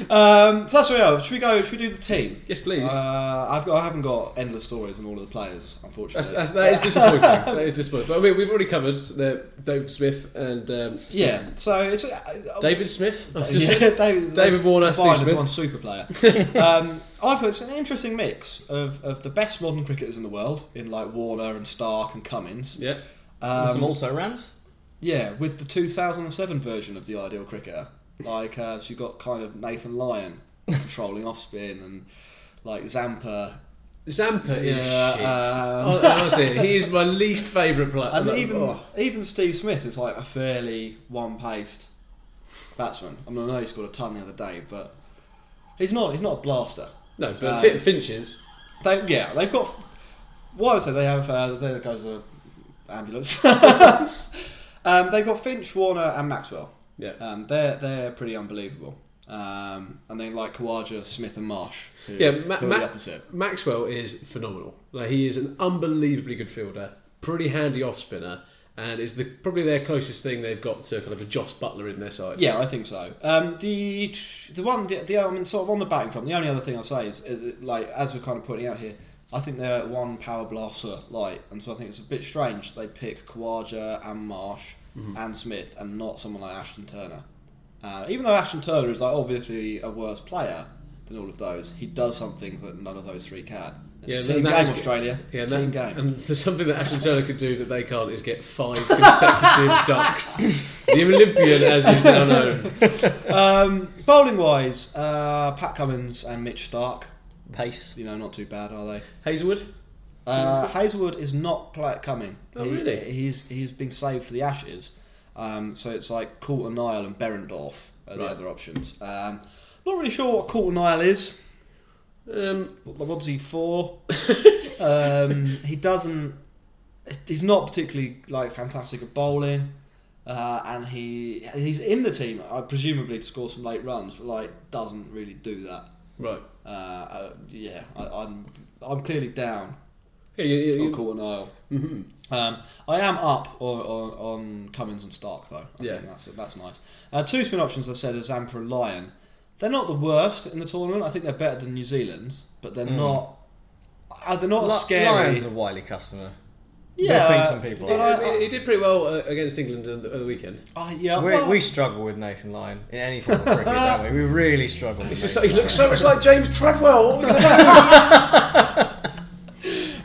D: um, so that's where we are. Should we go? Should we do the team?
E: Yes, please.
D: Uh, I've got, I haven't got endless stories on all of the players, unfortunately.
E: That's, that's, that is disappointing. that is disappointing. But I mean, we've already covered the David Smith and um,
D: yeah, so it's uh,
E: David Smith. I've
D: Yeah,
E: just-
D: David,
E: David Warner, Steve
D: combined into
E: Smith.
D: one super player. um, I thought it's an interesting mix of, of the best modern cricketers in the world, in like Warner and Stark and Cummins.
E: Yeah.
F: And some
D: Um,
F: also rans.
D: yeah, with the 2007 version of the ideal cricketer, like uh, so you've got kind of Nathan Lyon controlling off spin and like Zampa
E: Zampa is
D: Yeah,
E: shit.
D: um,
E: Hon- Honestly, he is my least favourite player.
D: And
E: Like,
D: even
E: oh.
D: even Steve Smith is like a fairly one-paced batsman. I mean, I know he scored a ton the other day, but he's not he's not a blaster.
E: no, but
D: um,
E: Fin Finch is.
D: They, yeah, they've got. What I would say they have uh, the guys are ambulance. um, they've got Finch, Warner, and Maxwell.
E: Yeah.
D: Um, they're they're pretty unbelievable. Um, and then like Kawaja, Smith, and Marsh. Who,
E: Yeah, Ma-
D: who are
E: Ma-
D: the opposite.
E: Maxwell is phenomenal. Like he is an unbelievably good fielder, pretty handy off spinner, and is the probably their closest thing they've got to kind of a Joss Butler in their side.
D: Yeah, I think so. Um, the the one the, the I mean, sort of on the batting front. The only other thing I'll say is uh, that, like as we're kind of pointing out here, I think they're one power blaster light, and so I think it's a bit strange they pick Kawaja and Marsh
E: Mm-hmm.
D: and Smith and not someone like Ashton Turner. Uh, even though Ashton Turner is like obviously a worse player than all of those, he does something that none of those three can. It's
E: Yeah,
D: a
E: and
D: team game,
E: that is-
D: Australia. It's a
E: that-
D: team game.
E: And there's something that Ashton Turner could do that they can't is get five consecutive ducks. The Olympian, as he's now known.
D: um, bowling wise, uh, Pat Cummins and Mitch Stark.
F: Pace.
D: You know, not too bad, are they?
E: Hazelwood.
D: Uh, Hazelwood is not pla coming.
E: Oh,
D: He-
E: really?
D: He's he's been saved for the Ashes. Um, so it's like Coulter Nile and Berendorf are the
E: Right.
D: other options. Um, not really sure what Coulter Nile is.
E: Um,
D: What- What's he for? um, he doesn't. He's not particularly like fantastic at bowling, uh, and he he's in the team uh, presumably to score some late runs, but like doesn't really do that.
E: right.
D: Uh, uh, yeah, I, I'm I'm clearly down
E: Yeah, yeah, yeah,
D: on
E: yeah.
D: Court Nile.
F: Mm-hmm.
D: Um, I am up on, on, on Cummins and Stark though. I
E: Yeah.
D: think that's that's nice. Uh, two spin options I said are Zampa and Lyon. They're not the worst in the tournament. I think they're better than New Zealand's, but they're not. Uh, they're not
F: Mm. Li-
D: scary.
F: Lions a wily customer.
D: yeah,
F: think some people
D: But
F: are.
D: I, I,
E: He- He did pretty well uh, against England on the, on the weekend.
D: I- Uh, yeah,
F: We,
D: well,
F: we struggle with Nathan Lyon in any form of cricket, don't we? We really struggle. With
E: It's just,
F: Nathan
E: he looks so much like James Treadwell. What are we gonna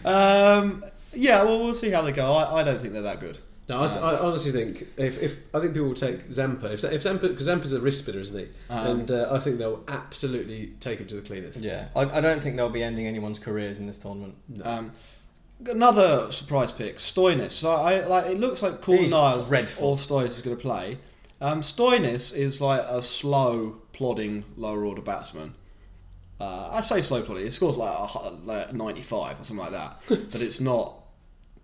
D: um, yeah. Well, we'll see how they go. I, I don't think they're that good.
E: No, I, th- I honestly think if, if I think people will take Zampa if, if Zampa because Zampa's a wrist spinner, isn't he? and uh, I think they'll absolutely take him to the cleanest.
F: Yeah, I, I don't think they'll be ending anyone's careers in this tournament.
D: Um, another surprise pick, Stoinis. So I like it looks like Court
F: He's
D: Nile
F: dreadful.
D: or Stoinis is going to play. Um, Stoinis is like a slow, plodding lower order batsman. Uh, I say slow plodding. It scores like, a, hu- like 95 or something like that, but it's not.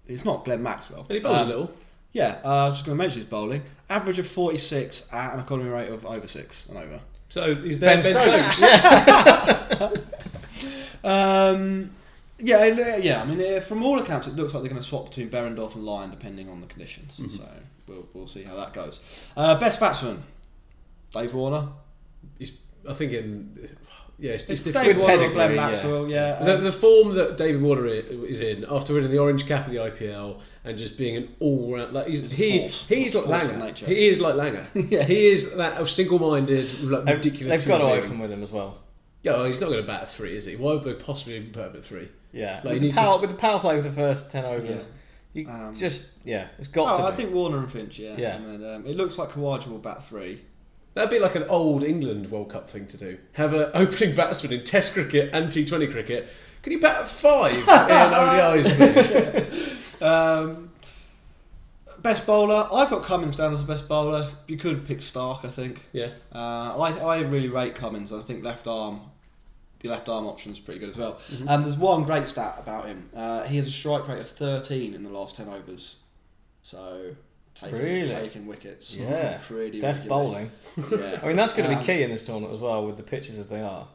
D: It's not Glenn Maxwell.
E: And he bowls
D: Um,
E: a little.
D: Yeah, uh, just going to mention his bowling. Average of 46 at an economy rate of over 6 and over.
E: So he's there. Ben, Stokes.
D: Um, yeah, it loo- yeah. I mean, eh, from all accounts, it looks like they're going to swap between Berendorf and Lyon depending on the conditions. So we'll, we'll see how that goes. Uh, best batsman, Dave Warner.
E: He's, I think in yeah, it's, it's difficult.
D: Dave Warner,
F: pedigree,
D: Glenn
F: yeah.
D: Maxwell. Yeah,
E: The,
D: um,
E: the form that David Warner i- is in after winning the orange cap of the IPL and just being an all round like he's, he
D: force.
E: he's like
D: Force of
E: Langer.
D: nature.
E: He is like Langer.
D: Yeah.
E: He is that single minded like,
F: They've-
E: ridiculous.
F: They've got to
E: human
F: open
E: being.
F: with him as well.
E: Yeah, well, he's not going to bat at three, is he? Why would they possibly put him at three?
F: Yeah,
E: Like, you
F: with, the
E: need
F: power,
E: to-
F: with the power play with the first ten overs, you just yeah, it's got
D: Um, oh,
F: to.
D: I
F: be.
D: think Warner and Finch. Yeah,
F: Yeah.
D: And then, um, it looks like Kawaja will bat three.
E: That'd be like an old England World Cup thing to do. Have an opening batsman in Test cricket and T20 cricket. Can you bat at five in ODIs, please?
D: Um, best bowler, I've got Cummins down as the best bowler. You could pick Stark, I think.
E: yeah.
D: Uh, I, I really rate Cummins. I think left arm, the left arm option is pretty good as well.
F: Mm-hmm.
D: And there's one great stat about him. Uh, he has a strike rate of 13 in the last 10 overs. So taking,
F: Really?
D: taking wickets.
F: yeah,
D: pretty
F: death
D: regularly.
F: bowling.
D: Yeah.
F: I mean, that's going to
D: Um,
F: be key in this tournament as well with the pitches as they are.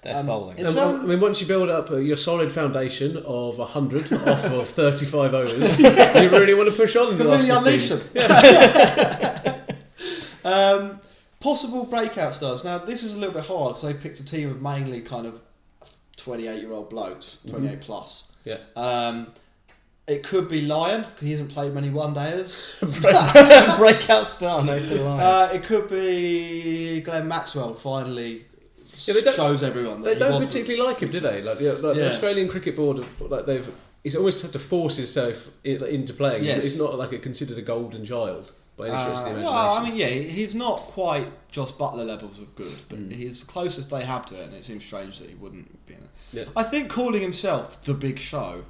F: Death bowling.
D: it's-
E: And
D: Um,
E: I mean, once you build up uh, your solid foundation of 100 off of 35 overs, you really want to push on. in the
D: Can
E: last
D: really unleash
E: 15.
D: them. um, possible breakout stars. Now, this is a little bit hard because I picked a team of mainly kind of 28 year old blokes,
F: Mm-hmm.
D: 28 plus.
E: Yeah.
D: Um, it could be Lyon because he hasn't played many one days.
F: Breakout star, no line.
D: uh, it could be Glenn Maxwell finally
E: Yeah, they don't-
D: shows everyone that
E: They
D: he
E: don't
D: wasn't.
E: particularly like him, do they? Like, the, like
D: Yeah.
E: the Australian Cricket Board, like they've. He's almost had to force himself i- into playing.
D: Yes.
E: He's not like a, considered a golden child by any stretch of the
D: Uh,
E: imagination.
D: well, I mean, yeah, he's not quite Josh Butler levels of good, but
F: Mm.
D: he's the closest they have to it, and it seems strange that he wouldn't be in it.
E: Yeah.
D: I think calling himself the Big Show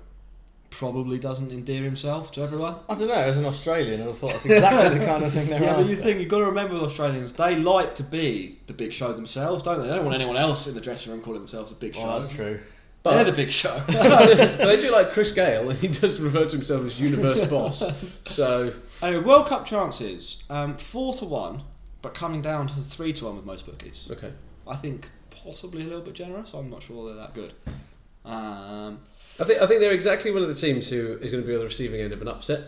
D: probably doesn't endear himself to everyone.
F: I don't know. As an Australian, I thought that's exactly the kind of thing they're
D: Yeah, but you
F: after.
D: think you've got to remember with Australians, they like to be the Big Show themselves, don't they? They don't want anyone else in the dressing room calling themselves the Big Show.
F: Well, Oh, that's true.
D: They're the Big Show.
E: they do like Chris Gale, and he does refer to himself as Universe Boss. So
D: anyway, Uh, World Cup chances um, four to one, but coming down to three to one with most bookies.
E: okay,
D: I think possibly a little bit generous. I'm not sure they're that good. Um,
E: I think I think they're exactly one of the teams who is going to be on the receiving end of an upset,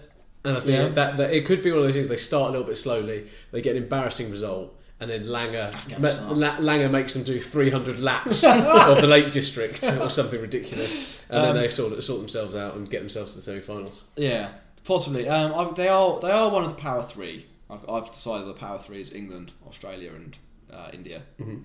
E: and I think
D: Yeah.
E: that, that it could be one of those things. They start a little bit slowly, they get an embarrassing result. And then Langer,
D: Afghanistan.
E: Ma- La- Langer makes them do 300 laps of the Lake District or something ridiculous, and then they sort, sort themselves out and get themselves to the semi-finals.
D: yeah, possibly. Um, I, they are they are one of the power three. I've, I've decided the power three is England, Australia, and uh, India.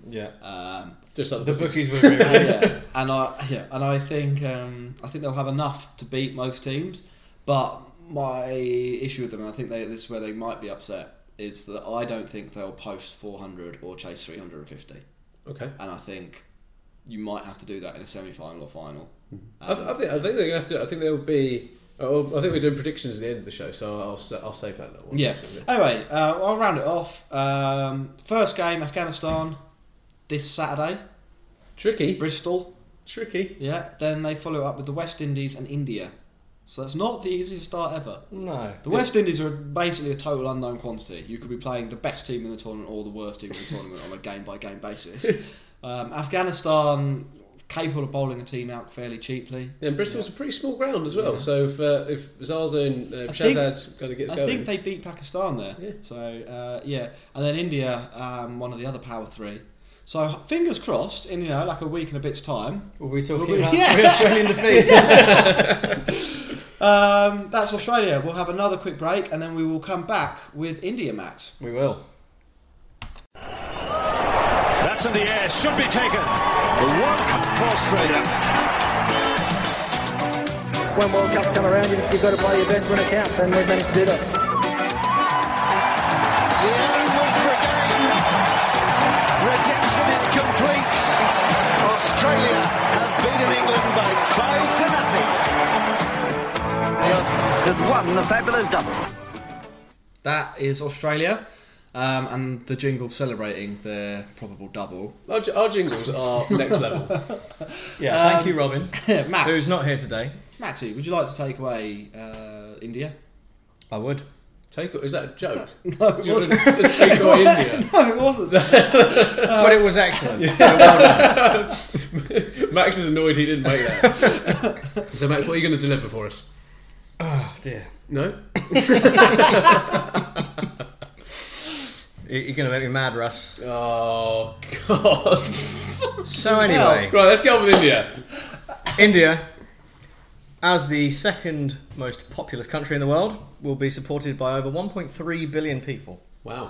F: Yeah,
D: Um,
E: Just like
F: the
E: the,
F: bookies were very good.
D: yeah, and I yeah, and I think um, I think they'll have enough to beat most teams. But my issue with them, and I think they, this is where they might be upset, is that I don't think they'll post 400 or chase 350.
E: Okay,
D: And I think you might have to do that in a semi-final or final. Um,
E: I, th- I think I think they're going to have to. I think they'll be. Oh, I think we're doing predictions at the end of the show, so I'll sa- I'll save that. little one.
D: Yeah. Anyway, uh, I'll round it off. Um, first game, Afghanistan, this Saturday,
E: tricky,
D: Bristol.
E: tricky.
D: Yeah. Then they follow up with the West Indies and India. So that's not the easiest start ever.
F: No.
D: The West Indies are basically a total unknown quantity. You could be playing the best team in the tournament or the worst team in the tournament on a game by game basis. Um, Afghanistan capable of bowling a team out fairly cheaply.
E: Yeah, and Bristol's a pretty small ground as well. So if uh, if Zaza and uh,
D: I think-
E: Shazad's kind of gets
D: I
E: going,
D: think they beat Pakistan there.
E: Yeah.
D: So uh, yeah, and then India, um, one of the other power three. So fingers crossed, in you know like a week and a bit's time.
F: Were we talking
D: we-
F: about
D: Yeah.
F: the Australian defeat?
D: Um, that's Australia. We'll have another quick break, and then we will come back with India, Matt.
F: we will.
C: That's in the air, should be taken. The World Cup for Australia.
J: when World Cups come around, you, you've got to play your best when it counts, and we've managed to do that.
C: Redemption is complete. Australia have beaten England by five to nothing.
D: That is Australia, um, and the jingle celebrating their probable double.
E: our, j- our jingles are next level.
F: Yeah.
D: Um,
F: thank you, Robin,
D: Max,
F: who's not here today.
D: Maxie, would you like to take away uh, India?
F: I would.
E: Take is that a joke?
D: No, it
E: Do you
D: wasn't.
E: want to, to take away India?
D: No, it wasn't. Uh,
F: but it was excellent.
E: Max is annoyed he didn't make that. so Max, what are you going to deliver for us?
F: Oh dear.
E: No.
F: You- You're going to make me mad, Russ.
E: Oh God.
F: So anyway,
E: Right, let's get on with India.
F: India, as the second most populous country in the world, will be supported by over 1.3 billion people.
E: Wow.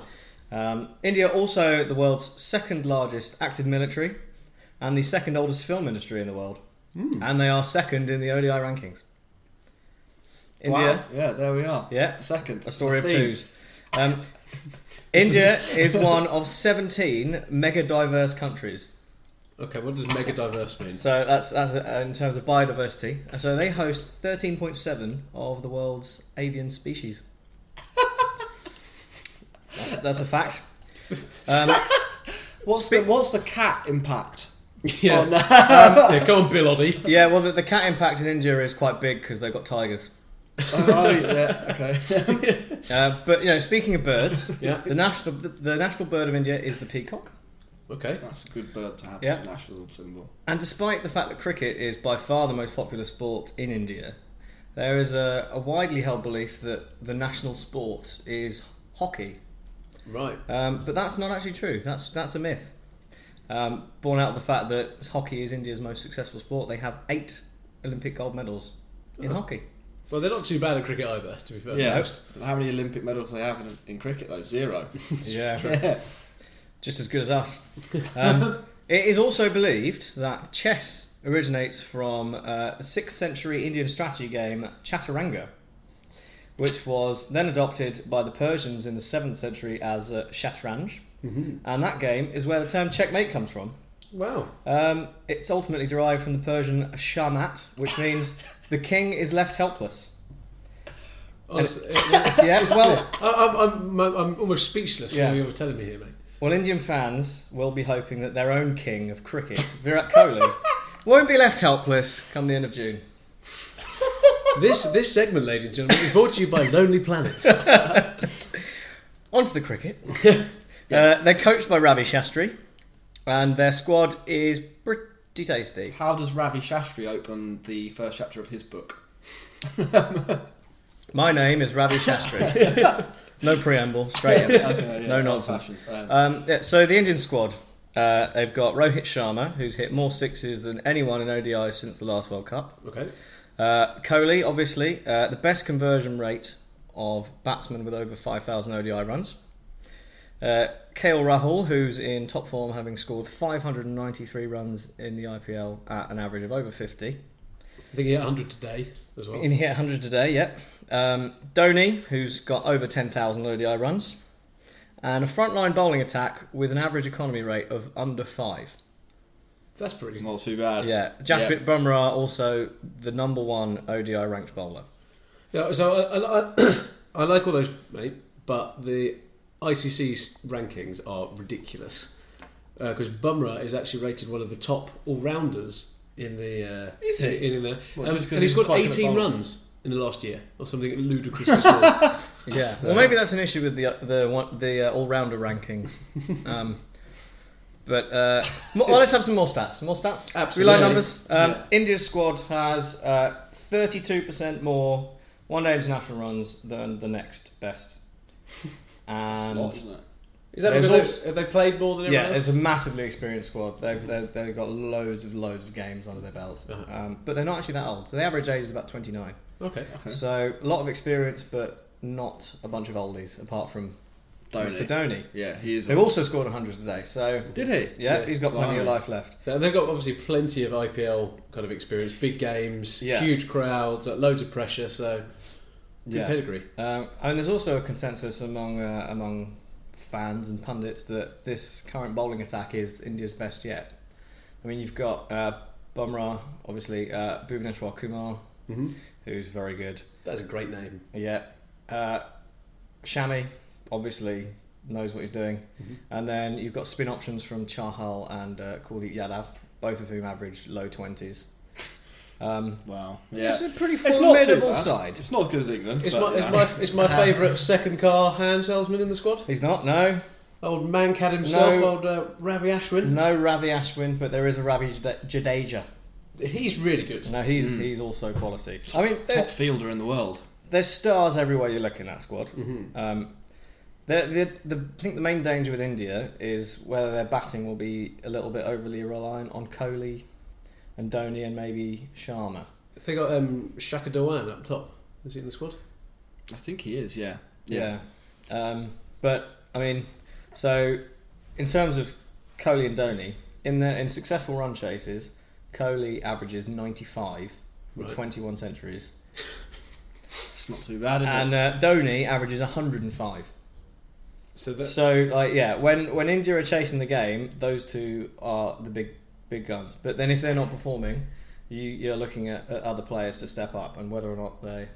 F: Um, India also the world's second largest active military, and the second oldest film industry in the world,
D: Hmm.
F: and they are second in the ODI rankings. India,
D: Wow. Yeah, there we are.
F: Yeah.
D: Second.
F: a story of
D: Theme.
F: twos. Um, India is one of 17 mega diverse countries.
E: Okay, what does mega diverse mean?
F: So that's that's uh, in terms of biodiversity. Uh, So they host 13.7 of the world's avian species. that's, that's a fact. Um,
D: What's the what's the cat impact?
E: Yeah.
D: on-
F: Um,
E: yeah, go on, Bill Oddie.
F: yeah, well, the, the cat impact in India is quite big because they've got tigers.
D: oh yeah, okay.
F: Uh, but you know, speaking of birds,
E: Yeah.
F: the national the, the national bird of India is the peacock.
E: Okay.
D: That's a good bird to have
F: Yeah.
D: as a national symbol.
F: And despite the fact that cricket is by far the most popular sport in India, there is a, a widely held belief that the national sport is hockey.
E: Right.
F: Um, but that's not actually true. That's that's a myth. Um, born out of the fact that hockey is India's most successful sport, they have eight Olympic gold medals in hockey.
E: Well, they're not too bad at cricket either, to be fair. Most.
D: How many Olympic medals they have in, in cricket though? Zero.
F: Yeah. Just as good as us. Um, it is also believed that chess originates from uh, a 6th century Indian strategy game Chaturanga, which was then adopted by the Persians in the 7th century as uh, Shatranj. And that game is where the term checkmate comes from.
E: Wow.
F: Um, it's ultimately derived from the Persian shamat, which means the king is left helpless.
E: Honestly,
F: Yeah, well,
E: uh, I, I'm, I'm, I'm almost speechless. Yeah.
F: Yeah.
E: You're telling me here, mate.
F: Well, Indian fans will be hoping that their own king of cricket, Virat Kohli, won't be left helpless come the end of June.
E: This this segment, ladies and gentlemen, is brought to you by Lonely Planet.
F: On to the cricket. uh, they're coached by Ravi Shastri, and their squad is pretty tasty.
D: How does Ravi Shastri open the first chapter of his book?
F: My name is Ravi Shastri. no preamble, straight in. No nonsense.
D: old-fashioned, um,
F: Um, yeah, so the Indian squad, uh, they've got Rohit Sharma, who's hit more sixes than anyone in ODI since the last World Cup.
E: Okay.
F: Uh, Coley, obviously, uh, the best conversion rate of batsmen with over 5,000 ODI runs. Uh, Kale Rahul, who's in top form, having scored 593 runs in the IPL at an average of over 50.
E: I think he hit 100 today as well.
F: In here, 100 today, yep. Um, Dhoni, who's got over 10,000 ODI runs. And a frontline bowling attack with an average economy rate of under 5.
E: That's pretty.
D: Not too bad.
F: Yeah, Jasprit
D: Yeah.
F: Bumrah, also the number one ODI ranked bowler.
E: Yeah, so I, I, I, I like all those, mate, but the ICC's rankings are ridiculous because Bumrah is actually rated one of the top all rounders in the uh,
D: Is he?
E: in, in there,
D: Well,
E: and,
D: just 'cause
E: and he
D: he's
E: scored
D: quite good at
E: 18
D: bowling.
E: runs in the last year or something ludicrous. as well.
F: Yeah. Well, maybe that's an issue with the the one, the uh, all rounder rankings. Um, but uh, mo- well, let's have some more stats. More stats.
E: Absolutely.
F: We like numbers. Um,
E: Yeah.
F: India's squad has uh, thirty-two percent more one-day international runs than the next best.
D: It's
F: And
D: a lot, isn't it?
E: Is that
F: There's
E: because
F: also-
E: they- have they played more than
F: yeah,
E: everyone
F: it's
E: else?
F: a massively experienced squad. They've, they've, they've got loads of loads of games under their belts,
E: Uh-huh.
F: um, but they're not actually that old. So the average age is about twenty-nine.
E: Okay.
F: So a lot of experience, but not a bunch of oldies apart from
D: Dhoni.
F: Mr. Dhoni.
D: Yeah, he is.
F: Who also scored 100 today, so
D: Did he?
F: yeah,
E: Yeah,
F: he's got plenty of
D: blimey.
F: life left.
E: So They've got obviously plenty of IPL kind of experience, big games,
F: Yeah.
E: huge crowds, uh, loads of pressure. So good
F: Yeah.
E: pedigree.
F: Um, and there's also a consensus among uh, among fans and pundits that this current bowling attack is India's best yet. I mean, you've got uh, Bumrah, obviously, uh, Bhuvaneshwar Kumar, who's very good.
E: That's a great name.
F: Yeah, uh, Shami obviously knows what he's doing,
D: Mm-hmm.
F: and then you've got spin options from Chahal and uh, Kuldeep Yadav, both of whom average low twenties. Um,
D: Wow. Yeah.
F: It's a pretty
D: It's not too
F: formidable
D: bad.
F: side.
D: It's not as good as England.
E: Is
D: but,
E: my,
D: yeah.
E: is my, is my favourite second car hand salesman in the squad?
F: He's not, no.
E: Old Mancad himself,
F: No.
E: old uh, Ravi Ashwin.
F: No Ravi Ashwin, but there is a Ravi Jade- Jadeja.
E: He's really good.
F: No,
D: Mm.
F: he's he's also quality. I mean,
D: top
F: there's,
D: fielder in the world.
F: there's stars everywhere you look in that squad. Um, the, the, the, I think the main danger with India is whether their batting will be a little bit overly reliant on Kohli and Dhoni and maybe Sharma.
E: They got um, Shaka Dhawan up top. Is he in the squad?
D: I think he is. Yeah.
F: Yeah. Um, but I mean, so in terms of Kohli and Dhoni, in the in successful run chases, Kohli averages 95 with
E: Right.
F: 21 centuries,
D: It's not too bad, is
F: and uh, Dhoni averages 105.
E: So that,
F: So like yeah, when when India are chasing the game, those two are the big big guns. But then if they're not performing, you you're looking at, at other players to step up, and whether or not they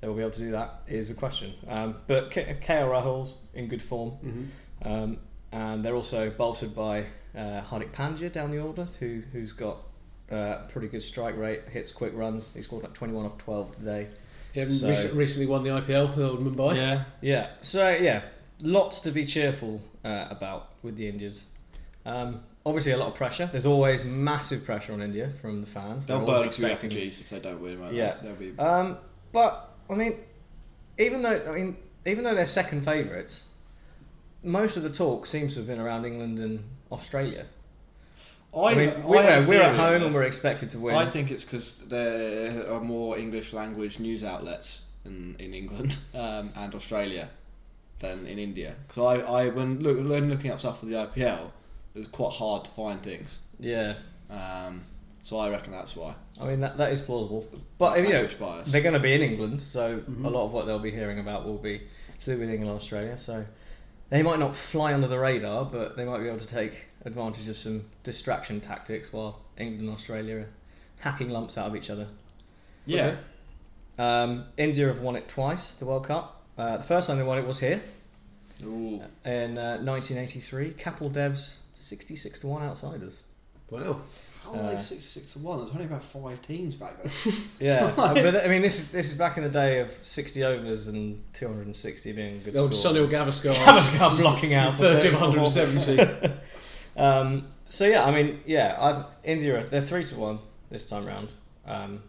F: they will be able to do that is a question. Um, but K- KL Rahul's in good form, um, and they're also bolstered by uh, Hardik Pandya down the order, who who's got. Uh, pretty good strike rate, hits quick runs. He scored like 21 off 12 today.
E: he
F: so-
E: recent- recently won the IPL with old Mumbai.
F: uh,
D: it? Yeah.
F: Yeah. So yeah, lots to be cheerful uh, about with the Indians. Um, obviously, a lot of pressure. There's always massive pressure on India from the fans.
D: They'll
F: They're always
D: burn a few
F: expecting-
D: refugees if they don't win. Won't
F: Yeah.
D: They? will Uh, be.
F: Um, but I mean, even though I mean, even though they're second favourites, most of the talk seems to have been around England and Australia. I mean, we
D: have
F: know
D: a
F: we're at
D: theory on
F: home
D: this.
F: and we're expected to win.
D: I think it's because there are more English language news outlets in, in England um, and Australia than in India. Because I, I when, look, when looking up stuff for the IPL, it was quite hard to find things.
F: yeah.
D: Um, so I reckon that's why.
F: I mean that, that is plausible, but you know
D: Language bias. Mm-hmm.
F: they're going to be in England, so a lot of what they'll be hearing about will be to do with England and Australia. So they might not fly under the radar, but they might be able to take advantage of some distraction tactics while England and Australia are hacking lumps out of each other.
D: Yeah.
F: Um, India have won it twice, the World Cup. Uh, the first time they won it was here
D: Ooh.
F: in uh, 1983. Kapil Dev's 66 to one outsiders.
E: Wow.
D: How
F: Uh,
D: are Oh, they six six to one? There's only about five teams back then.
F: Yeah, uh, but I mean this is this is back in the day of 60 overs and 260 being a good.
E: Old
F: score.
E: Sunil Gavaskar.
F: Gavaskar blocking out for
E: 30 of
F: 170.
E: 170.
F: Um, so yeah, I mean, yeah, I've, India they're three to one this time round. Um,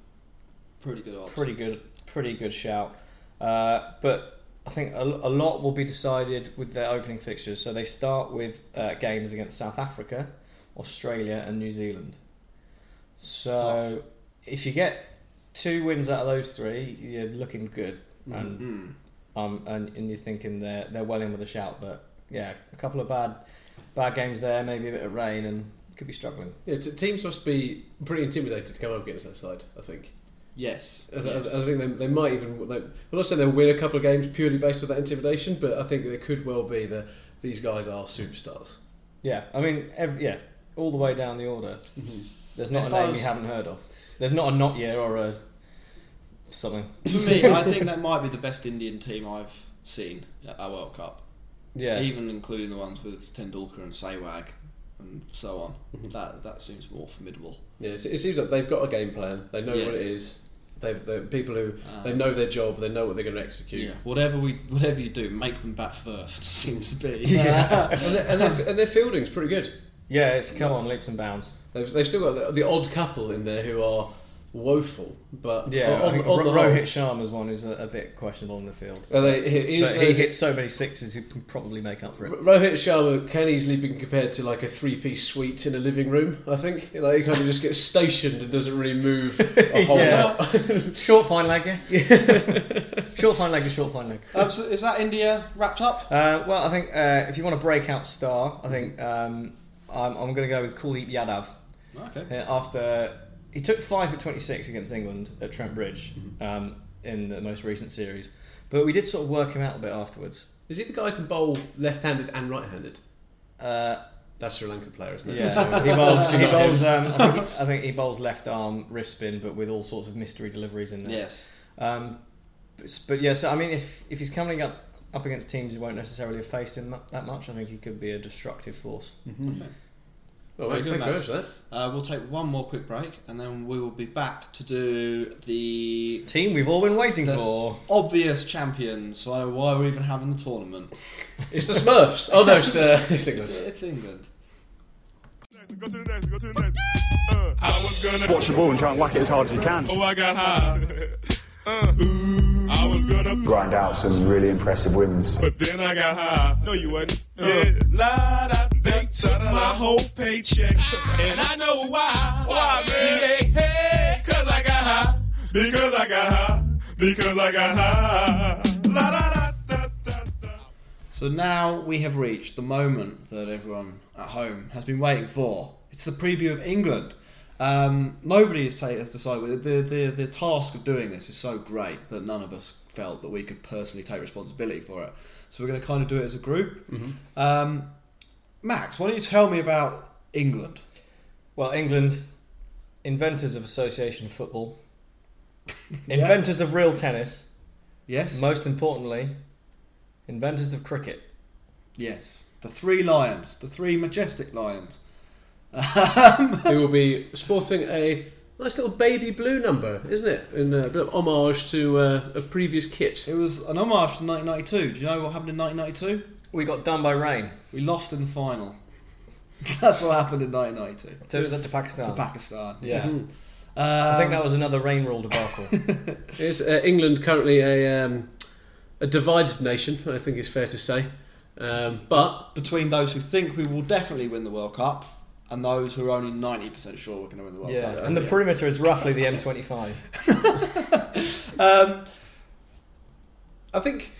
D: Pretty good odds.
F: pretty good, pretty good shout. Uh, but I think a, a lot will be decided with their opening fixtures. So they start with uh, games against South Africa, Australia, and New Zealand. So if you get two wins out of those three, you're looking good, and um, and, and you're thinking they're they're well in with a shout. But yeah, a couple of bad bad games there, maybe a bit of rain, and you could be struggling.
E: Yeah, t- teams must be pretty intimidated to come up against that side, I think.
D: Yes.
E: I, th-
F: Uh,
D: yes.
E: I think they, they might even. They, I'm not saying they'll win a couple of games purely based on that intimidation, but I think there could well be that these guys are superstars.
F: Yeah, I mean, ev yeah, all the way down the order. There's not
D: It
F: a name
D: does-
F: you haven't heard of. There's not a not yet or a something.
D: For me, I think that might be the best Indian team I've seen at our World Cup.
F: Yeah,
D: even including the ones with Tendulkar and Sehwag and so on.
F: Mm-hmm.
D: That that seems more formidable.
E: Yeah, it, it seems like they've got a game plan. They know what
D: Yes.
E: it is. They've the people who they know their job. They know what they're going to execute.
D: Whatever we whatever you do, make them bat first seems to be.
E: and, their, and, their, and their fielding's pretty good.
F: yeah, it's come on leaps and bounds.
E: They've, they've still got the, the odd couple in there who are woeful, but
F: Yeah, I
E: on,
F: think
E: on
F: Ro-
E: the whole,
F: Rohit Sharma's one who's a, a bit questionable in the field,
E: uh, they, he, is
F: but
E: a-
F: he hits so many sixes, he can probably make up for it.
E: Rohit Sharma can easily be compared to like a three-piece suite in a living room. I think like he kind of just gets stationed and doesn't really move a whole
F: Yeah.
E: lot.
F: Short fine leg, yeah. short fine leg is short fine leg.
D: Absolutely. Is that India wrapped up?
F: Uh, well, I think uh, if you want a breakout star, I think um, I'm, I'm going to go with Kuldeep Yadav.
D: Okay.
F: Yeah, Uh, after he took five for 26 against England at Trent Bridge
E: Mm-hmm.
F: um, in the most recent series, but we did sort of work him out a bit afterwards.
E: Is he the guy who can bowl left-handed and right-handed?
F: Uh,
E: That's Sri Lankan player, isn't it?
F: yeah, he bowls. he
E: Not him.
F: bowls um, I, think he, I think he bowls left arm wrist spin, but with all sorts of mystery deliveries in there.
D: Yes.
F: Um, but, but yeah, so I mean, if if he's coming up up against
E: Mm-hmm.
F: teams who won't necessarily have faced him mu- that much, I think he could be a destructive force.
E: All All right,
D: Thanks
E: thank you
D: very
E: very much
D: much.
E: for that.
D: Uh, we'll take one more quick break, and then we will be back to do the
F: Team we've all been waiting
D: The-
F: for.
D: obvious champions. So I don't know why we're even having the tournament.
E: It's the Smurfs. Oh no, it's, uh, it's
D: It's,
E: England.
D: it's England.
A: Go to the next, go to the next. Uh, I was gonna
K: Watch the ball and try and whack it as hard as you can.
A: Oh, I got high. Uh, ooh, I was gonna
K: Grind out some really impressive wins.
A: But then I got high. No, you wasn't. Yeah. La, da, they took my whole paycheck. And I know why. Why, man? Yeah, hey, cause I got high. Because I got high. Because I got high. La, da, da, da, da, da.
D: So now we have reached the moment that everyone at home has been waiting for. It's the preview of England. Um, nobody has, ta- has decided. The, the, the task of doing this is so great that none of us felt that we could personally take responsibility for it. So we're going to kind of do it as a group. Um, Max, why don't you tell me about England?
F: Well, England, inventors of association football, inventors of real tennis,
D: Yes?
F: most importantly, inventors of cricket.
D: yes. The three lions, the three majestic lions. Um,
E: Who will be sporting a nice little baby blue number, isn't it? And a bit of homage to uh, a previous kit.
D: It was an homage to 1992. Do you know what happened in 1992?
F: We got done by rain.
D: We lost in the final. That's what happened in 1992.
F: So it was up to Pakistan.
D: to Pakistan.
F: yeah.
D: Uh,
F: I think that was another rain rule debacle.
E: Is uh, England currently a um, a divided nation? I think it's fair to say. Um, but
D: between those who think we will definitely win the World Cup and those who are only 90% sure we're going to win the World
F: yeah.
D: Cup.
F: And the perimeter is roughly the M25.
E: I think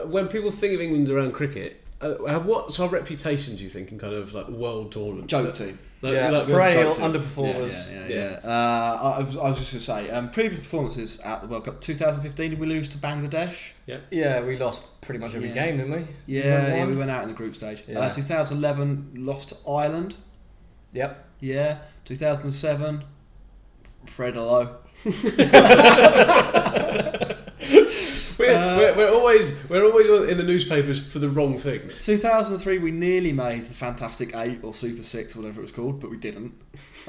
E: uh, when people think of England around cricket, uh, uh, what's our reputation? Do you think in kind of like world tournaments?
D: Joke
E: That-
D: team.
E: Like,
F: yeah.
E: like-
F: perennial
D: joke team.
F: underperformers.
D: Yeah, yeah, yeah. Uh, I, I was, I was just going to say, um, previous performances at the World Cup 2015, did we lose to Bangladesh?
E: yeah.
F: Yeah, we lost pretty much every
D: Yeah.
F: game, didn't we?
D: Yeah, yeah,
F: one?
D: we went out in the group stage.
F: Yeah.
D: Uh, 2011, lost to Ireland.
F: Yep.
D: Yeah. 2007, Fred Lowe.
E: We're, we're, we're always we're always on- in the newspapers for the wrong things.
D: 2003, we nearly made the Fantastic Eight or Super Six, whatever it was called, but we didn't.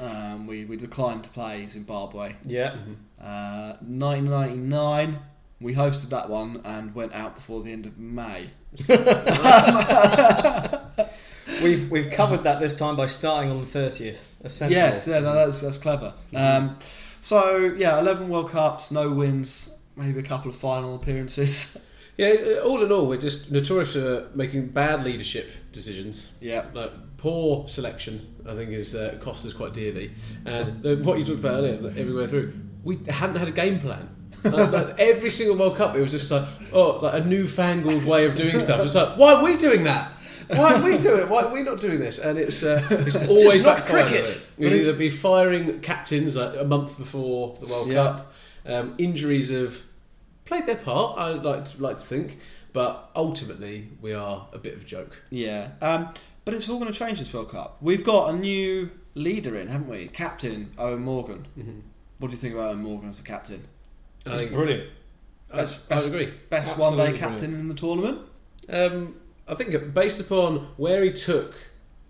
D: Um, we, we declined to play Zimbabwe.
F: Yeah.
D: Uh, 1999, we hosted that one and went out before the end of May.
F: We've we've covered that this time by starting on the 30th. Essential.
D: Yes, yeah, no, that's that's clever. Um, so yeah, 11 World Cups, no wins, maybe a couple of final appearances.
E: Yeah, uh, all in all, we're just notorious for making bad leadership decisions.
D: yeah,
E: Like poor selection, I think, is uh, cost us quite dearly. And the, what you talked about earlier, like, everywhere through, we hadn't had a game plan. Like, like, every single World Cup, it was just like, oh, like a newfangled way of doing stuff. It's like, why are we doing that? Why are we doing it? Why are we not doing this? And it's uh, it's, always
F: not
E: backfired on
F: cricket.
E: it. We'd either be firing captains like, a month before the World
D: Yeah.
E: Cup. Um, injuries have played their part. I like to, like to think, but ultimately we are a bit of a joke.
D: yeah. Um, but it's all going to change this World Cup. We've got a new leader in, haven't we? Captain Owen Morgan. What do you think about Owen Morgan as a captain?
E: I think
F: Brilliant.
E: best,
D: best-
E: I agree.
D: Best
F: Absolutely
D: one day
F: brilliant.
D: captain in the tournament.
E: Um, I think based upon where he took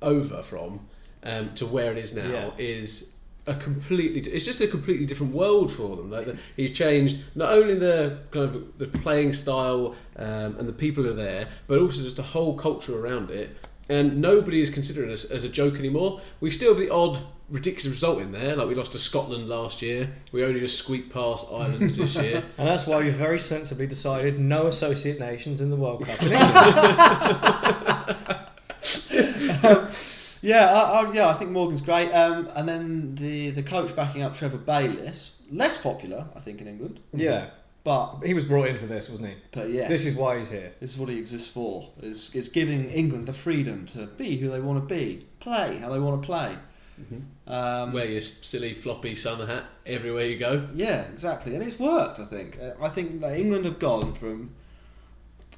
E: over from um, to where it is now
F: Yeah.
E: is a completely it's just a completely different world for them like the, he's changed not only the kind of the playing style um, and the people who are there but also just the whole culture around it and nobody is considering us as a joke anymore we still have the odd ridiculous result in there like we lost to Scotland last year we only just squeaked past Ireland this year
F: And that's why we very sensibly decided no associate nations in the World Cup. in England.
D: Yeah, I, I, yeah, I think Morgan's great. Um, and then the the coach backing up Trevor Bayliss, less popular, I think, in England.
F: yeah.
D: But
F: He was brought in for this, wasn't he?
D: but yeah,
F: This is why he's here.
D: this is what he exists for. It's, it's giving England the freedom to be who they want to be, play how they want to play. Um,
E: wear your silly floppy sun hat everywhere you go
D: yeah, exactly, and it's worked. I think. Uh, I think that England have gone from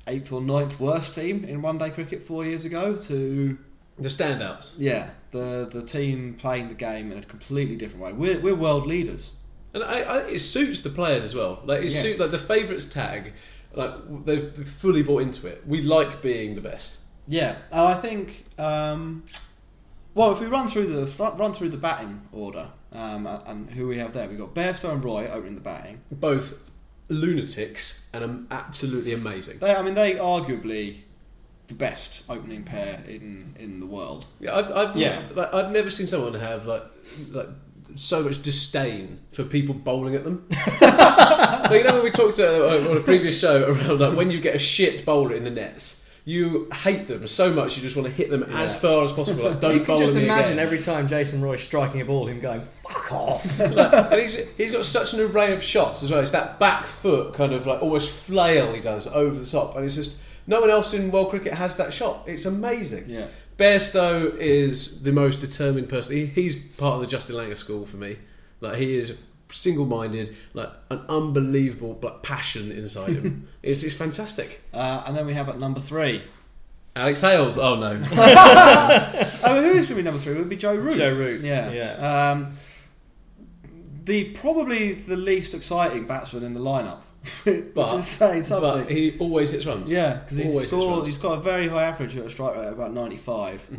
D: eighth or ninth worst team in one day cricket four years ago to
E: the standouts
D: yeah the the team playing the game in a completely different way. We're we're world leaders.
E: And I, I, it suits the players as well. Like it
D: Yes.
E: suits like the favourites tag. Like they've fully bought into it. We like being the best.
D: Yeah, and I think um, Well, if we run through the fr- run through the batting order um, a- and who we have there, we've got Bairstow and Roy opening the batting.
E: Both lunatics and um, absolutely amazing.
D: They, I mean, they arguably the best opening pair in in the world.
E: Yeah, I've, I've,
D: Yeah.
E: like, I've never seen someone have like like so much disdain for people bowling at them. like, you know when we talked uh, on a previous show around like when you get a shit bowler in the nets, you hate them so much you just want to hit them as
F: Yeah.
E: far as possible. Like don't
F: you
E: bowl
F: can just
E: at me
F: imagine
E: again.
F: every time Jason Roy striking a ball, him going "fuck off."
E: and he's, he's got such an array of shots as well. It's that back foot kind of like almost flail he does over the top, and it's just no one else in world cricket has that shot. It's amazing.
D: Yeah.
E: Bairstow is the most determined person. He, he's part of the Justin Langer school for me. Like he is single-minded, like an unbelievable like passion inside him. it's, it's fantastic.
D: Uh, and then we have at number three.
E: Alex Hales. Oh no.
D: I mean, Oh, who is going to be number three? It would be Joe Root.
F: Joe Root,
D: Yeah.
F: yeah.
D: Um, the probably the least exciting batsman in the lineup.
E: But-
D: But just saying something.
E: but he always hits runs.
D: yeah, because
E: always
D: he's
E: hits
D: scored.
E: runs.
D: He's got a very high average at a strike rate of about ninety-five.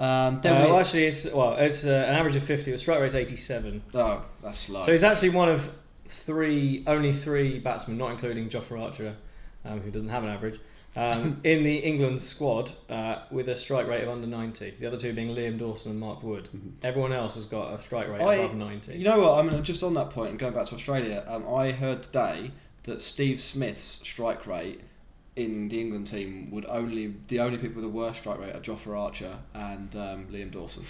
D: Um,
F: Uh,
D: then we,
F: well, actually, it's well, it's uh, an average of fifty. The strike rate's eighty-seven.
D: oh, that's slow.
F: So he's actually one of three, only three batsmen, not including Joffrey Archer, um, who doesn't have an average, um, in the England squad uh, with a strike rate of under ninety. The other two being Liam Dawson and Mark Wood. Everyone else has got a strike rate
D: I-
F: above ninety.
D: You know what? I mean, just on that point and going back to Australia, um, I heard today that Steve Smith's strike rate in the England team would only the only people with the worst strike rate are Joffrey Archer and um, Liam Dawson.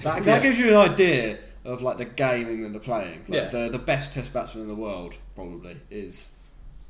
D: that, that gives you an idea of like the game England are playing. Like,
E: Yeah.
D: the the best Test batsman in the world probably is.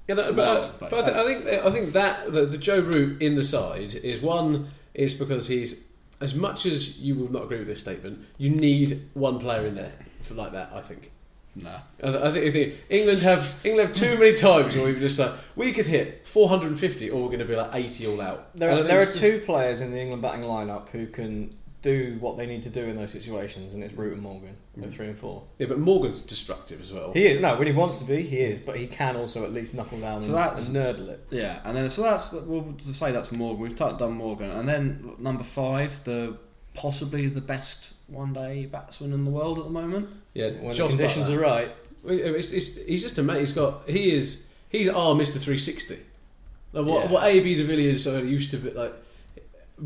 E: Yeah, no,
D: Miles
E: but,
D: plays
E: but I, think, I think I think that the, the Joe Root in the side is one is because he's as much as you will not agree with this statement, you need one player in there for like that. I think.
D: Nah.
E: I, th- I think, I think England have England have too many times where we were just like we could hit 450 or we're going to be like 80 all out.
F: There
E: And I think
F: are, there are
E: s-
F: two players in the England batting lineup who can do what they need to do in those situations, and it's Root and Morgan at three and four.
E: Yeah, but Morgan's destructive as well.
F: He is no, when he wants to be, he is, but he can also at least knuckle down
D: So
F: and,
D: that's-
F: and nerdle it.
D: Yeah, and then so that's we'll say that's Morgan. We've t- done Morgan, and then number five, the possibly the best one day batsman in the world at the moment.
E: yeah,
F: When
E: Josh
F: the conditions
E: Butler.
F: are right,
E: It's, it's, he's just amazing. He's got he is he's our Mister 360. Like what
F: Yeah.
E: what AB de Villiers uh, used to be like.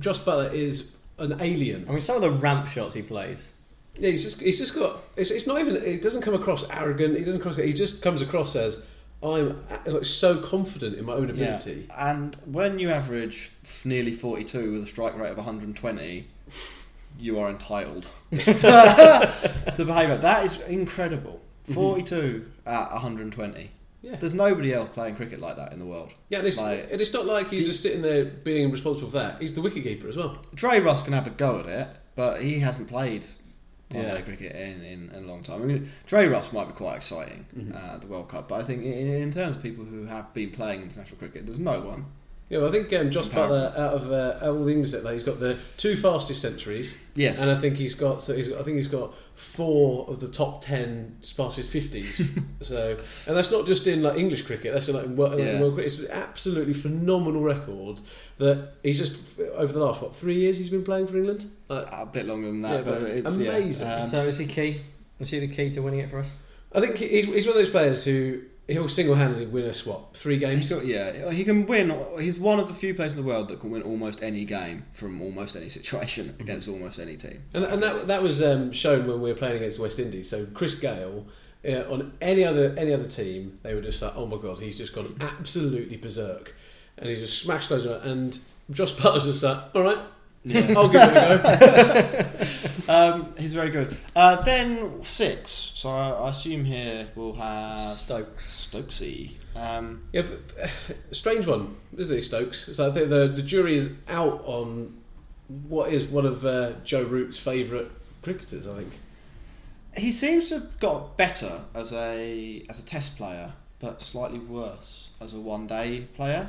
E: Josh Butler is an
F: I
E: alien.
F: mean, some of the ramp shots he plays.
E: Yeah, he's just he's just got. It's, it's not even. It doesn't come across arrogant. He doesn't cross. He just comes across as I'm uh, like, so confident in my own
D: Yeah.
E: ability.
D: And when you average f- nearly 42 with a strike rate of 120, you are entitled to behaviour. That is incredible. 42 at 120.
E: Mm-hmm. Yeah.
D: There's nobody else playing cricket like that in the world.
E: Yeah, and it's,
D: Like-
E: and it's not like he's just sitting there being responsible for that. He's the wicketkeeper as well.
D: Dre Russ can have a go at it, but he hasn't played one
F: Yeah.
D: day cricket in, in, in a long time. I mean, Dre Russ might be quite exciting
E: Mm-hmm.
D: uh, at the World Cup, but I think in, in terms of people who have been playing international cricket, there's no one.
E: Yeah, well, I think um, Josh
D: Comparable.
E: Butler out of uh, out of all the England set there, he's got the two fastest centuries.
D: Yes.
E: and I think he's got so he's I think he's got four of the top ten fastest fifties. so, and that's not just in like English cricket. That's in, like in world, like, in
D: Yeah.
E: world cricket. It's an absolutely phenomenal record that he's just over the last what three years he's been playing for England. Like,
D: A bit longer than
E: Yeah,
D: that,
E: but
D: but, it's yeah,
E: amazing.
D: um,
F: so is he key? Is he the key to winning it for us?
E: I think he- he's, he's one of those players who he'll single handedly win us what three
D: He's
E: games.
D: got, yeah, he can win. He's one of the few players in the world that can win almost any game from almost any situation against almost any team.
E: And, and that, that was um, shown when we were playing against West Indies. So Chris Gale, uh, on any other any other team, they were just like, oh my god, he's just gone absolutely berserk, and he just smashed those. around. And Josh Butler's just like, all right, I'll give it a go.
D: Um, he's very good. Uh, then six. So I, I assume here we'll have
F: Stokes.
D: Stokesy. Um,
E: yeah, but, uh, strange one, isn't it, Stokes? So I think the the jury is out on what is one of uh, Joe Root's favourite cricketers. I think.
D: he seems to have got better as a as a test player, but slightly worse as a one day player.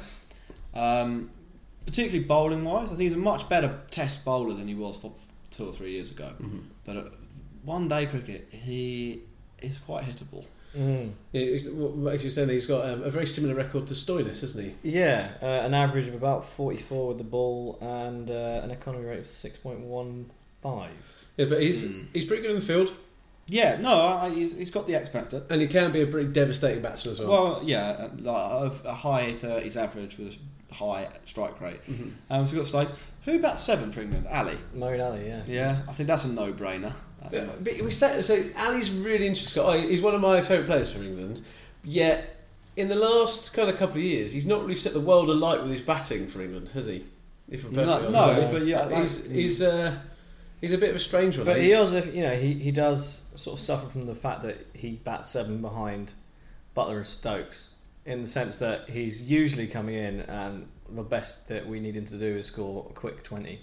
D: Um, particularly bowling wise, I think he's a much better test bowler than he was for two or three years ago. But at one day cricket, he is quite hittable.
E: Yeah, he's, what actually saying that he's got um, a very similar record to Stoinis, hasn't he?
F: Yeah, uh, an average of about forty-four with the ball and uh, an economy rate of six point one five.
E: Yeah, but he's he's pretty good in the field,
D: Yeah, no, I, I- he's, he's got the X factor.
E: and he can be a pretty devastating batsman as well.
D: Well, yeah, uh, like a a high thirties average with a high strike rate. Um, so we've got Stokes. Who bats seven for England? Ali.
F: Moeen Ali, yeah.
D: Yeah, I think that's a no-brainer. That's a
E: Yeah,
D: no-
E: but we said so. Ali's really interesting. I, he's one of my favourite players from England. Yet, in the last kind of couple of years, he's not really set the world alight with his batting for England, has he? If I'm
D: No,
E: perfectly
D: no,
E: honest,
D: but yeah, like- mm.
E: he's he's uh, he's a bit of a strange one.
F: But
E: He's-
F: he also, you know, he, he does sort of suffer from the fact that he bats seven behind Butler and Stokes in the sense that he's usually coming in and the best that we need him to do is score a quick 20.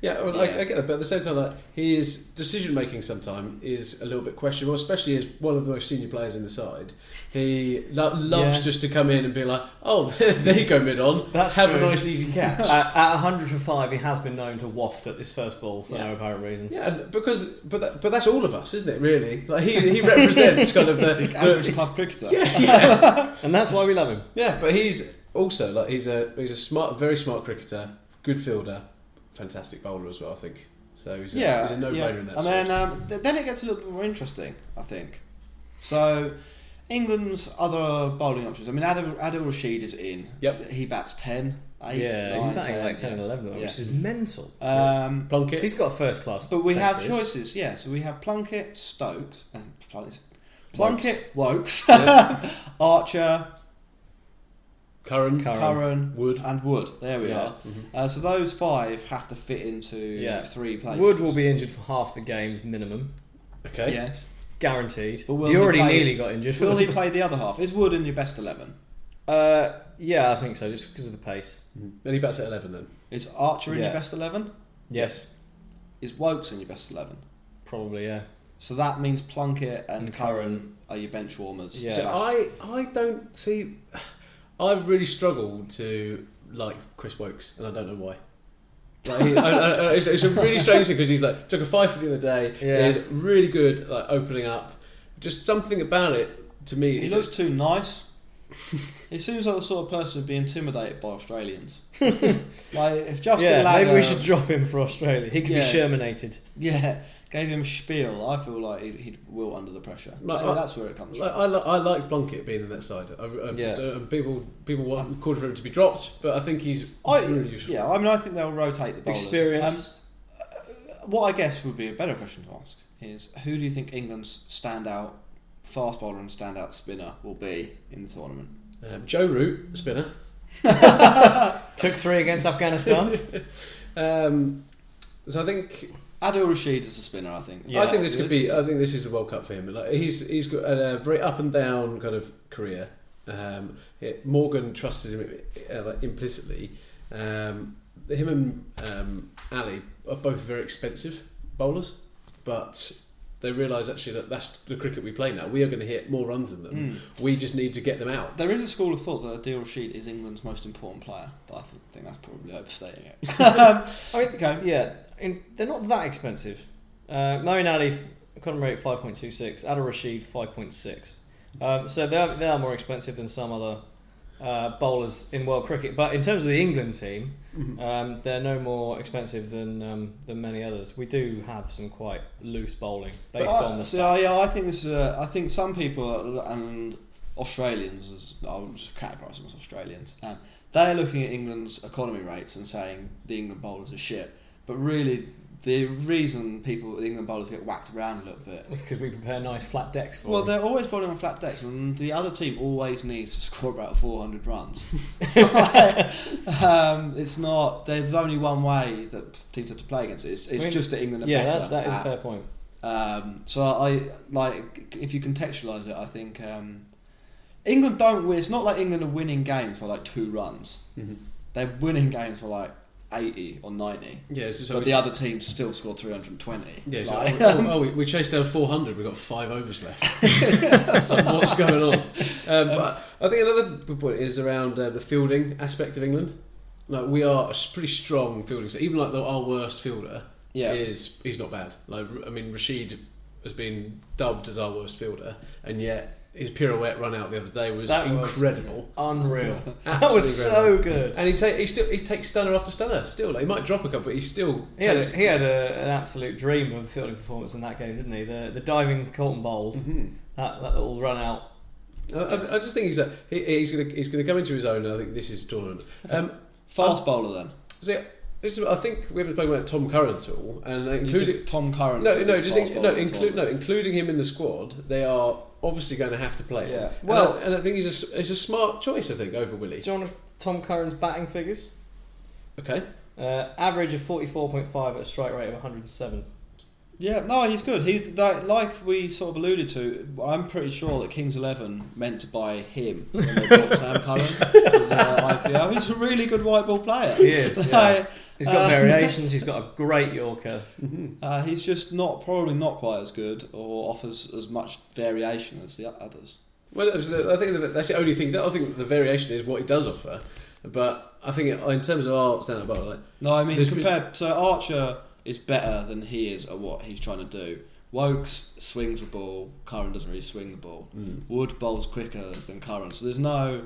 E: Yeah, well,
D: Yeah.
E: I, I get that, but at the same time, like, his decision making sometimes is a little bit questionable, especially as one of the most senior players in the side. He lo- loves
F: Yeah.
E: just to come in and be like, "Oh, there you go, mid on.
F: That's
E: Have
F: true.
E: a nice easy catch."
F: at, at 100 for 5, he has been known to waft at this first ball for
E: Yeah.
F: no apparent reason.
E: yeah, and because but that, but that's all of us, isn't it? Really, like he, he represents kind of the,
D: Average
E: the
D: club cricketer.
F: And that's why we love him.
E: yeah, but he's also like he's a he's a smart, very smart cricketer, good fielder, fantastic bowler as well. I think so. He's a,
D: yeah,
E: he's a no-brainer
D: yeah.
E: in that.
D: And
E: sort.
D: then um, th- then it gets a little bit more interesting, I think. So England's other bowling options. I mean, Adam Adam Rashid is in.
E: Yep.
D: He bats ten. Eight,
F: yeah,
D: nine,
F: he's batting like 10 and
D: yeah.
F: 11, though,
D: Yeah.
F: which is mental.
D: Um,
E: Plunkett,
F: He's got first class.
D: but we have
F: centuries.
D: choices. Yeah, so we have Plunkett, Stokes, and Plunkett, Plunkett Wokes, Archer,
E: Curran,
F: Curran.
D: Curran,
E: Wood.
D: and Wood. There we
F: Yeah. Mm-hmm.
D: are. Uh, so those five have to fit into
F: Yeah.
D: three places.
F: Wood will be injured for half the games minimum.
E: Okay,
D: Yes.
F: Guaranteed.
D: But will
F: he
D: he
F: already
D: play-
F: nearly got injured.
D: Will he play the other half? Is Wood in your best eleven?
F: Uh, yeah, I think so, just because of the pace.
E: and he bats at eleven then.
D: Is Archer in
F: Yeah.
D: your best 11?
F: Yes,
D: Is Wokes in your best 11?
F: probably, yeah.
D: So that means Plunkett and Curran are your bench warmers.
F: Yeah.
E: So
D: Slash-
E: I I don't see. I really struggle to like Chris Wokes, and I don't know why. Like, he- I- I- I- it's, it's a really strange thing because he's like took a five for the other day.
F: Yeah.
E: He's really good, like opening up. Just something about it to me.
D: he
E: it
D: looks
E: just-
D: too nice. he seems like the sort of person who'd be intimidated by Australians. like, if Justin
F: yeah,
D: Langer,
F: maybe we should drop him for Australia. He could
D: Yeah.
F: be Shermanated.
D: Yeah, gave him spiel, I feel like he'd, he'd wilt under the pressure.
E: Like,
D: Maybe
E: I-
D: that's where it comes
E: Like,
D: from.
E: I, li- I like Blunkett being in that side. I, I,
F: Yeah.
E: don't- and people people want called for him to be dropped, but I think he's
D: I,
E: really useful.
D: yeah, I mean, I think they'll rotate the bowlers.
F: Experience.
D: Um, what I guess would be a better question to ask is who do you think England's standout fast bowler and standout spinner will be in the tournament?
E: Um, Joe Root, spinner.
F: Um, Took three against Afghanistan.
E: Um, so I think
D: Adil Rashid is a spinner, I think.
E: I think this could be. I think this is the World Cup for him. Like he's he's got a very up and down kind of career. Um, it- Morgan trusted him uh, like, implicitly. Um, him and um, Ali are both very expensive bowlers, but they realise actually that that's the cricket we play now. We are going to hit more runs than them.
D: Hmm.
E: We just need to get them out.
D: There is a school of thought that Adil Rashid is England's most important player, but I th- think that's probably overstating it.
F: I mean,
D: Okay.
F: yeah, in, they're not that expensive. Uh, Moeen Ali, economy rate 5.26, Adil Rashid 5.6. Um, so they are, they are more expensive than some other uh, bowlers in world cricket. But in terms of the England team, um, they're no more expensive than um, than many others. We do have some quite loose bowling based
D: But I-
F: on the
D: see,
F: stats.
D: I, yeah, I think this is. A, I think some people are- and Australians, as- I would just categorise them as Australians. Um, they're looking at England's economy rates and saying the England bowlers are shit. But really, the reason people the England bowlers get whacked around a little bit.
F: It's because we prepare nice flat decks for
D: Well,
F: them.
D: they're always bowling on flat decks, and the other team always needs to score about 400 runs. um, it's not. There's only one way that teams have to play against it. It's, it's
F: I mean,
D: just that England are
F: Yeah,
D: better.
F: that, that is
D: at
F: a fair point.
D: um, so I like if you contextualise it, I think um, England don't win. It's not like England are winning games by like two runs.
E: Mm-hmm.
D: They're winning games by like eighty or ninety,
E: Yeah, it's just
D: but the other team still scored three hundred and twenty.
E: Yeah, so,
D: like,
E: oh,
F: um,
E: oh, we, we chased down 400. We've got five overs left. It's like, what's going on? Um, but I think another good point is around uh, the fielding aspect of England. Like we are a s- pretty strong fielding. So even like the, our worst fielder
D: Yeah.
E: is he's not bad. Like I mean, Rashid has been dubbed as our worst fielder, and yet his pirouette run out the other day was
F: That was
E: incredible,
F: unreal. That
E: Absolutely
F: was so
E: incredible.
F: good.
E: And he take he still he takes stunner after stunner. Still, like, he might drop a couple, but he still
F: He had,
E: takes-
F: he had a, an absolute dream of a fielding performance in that game, didn't he? The the diving Colton Bold,
D: Mm-hmm.
F: that, that little run out.
E: I, I- I just think he's a, he, he's going to he's going to come into his own. and I think this is his tournament. Um,
D: Fast bowler then.
E: so this is, I think we haven't spoken about Tom Curran at all, and including
D: think Tom Curran.
E: No, no, just
D: Fast
E: in,
D: bowler
E: no,
D: at all?
E: include no, including him in the squad. They are obviously going to have to play. him.
F: Yeah.
E: And
F: Well-
E: I- and I, think he's a s- it's a smart choice. I think over Willie.
F: Do you want Tom Curran's batting figures?
E: Okay.
F: Uh, average of 44.5 at a strike rate of 107.
D: Yeah, no, he's good. He like, like we sort of alluded to. I'm pretty sure that Kings Eleven meant to buy him when they bought Sam Curran for their IPO. He's a really good white ball player.
F: He is, yeah.
D: Like,
F: He's got
D: uh,
F: variations, he's got a great Yorker.
D: Uh, he's just not probably not quite as good or offers as much variation as the o- others.
E: Well, that was the- I think that- that's the only thing. I think the variation is what he does offer, but I think in terms of our stand-up bowler, like,
D: No, I mean
E: There's-
D: compared. So Archer is better than he is at what he's trying to do. Wokes swings the ball. Curran doesn't really swing the ball.
E: Hmm.
D: Wood bowls quicker than Curran. So there's no,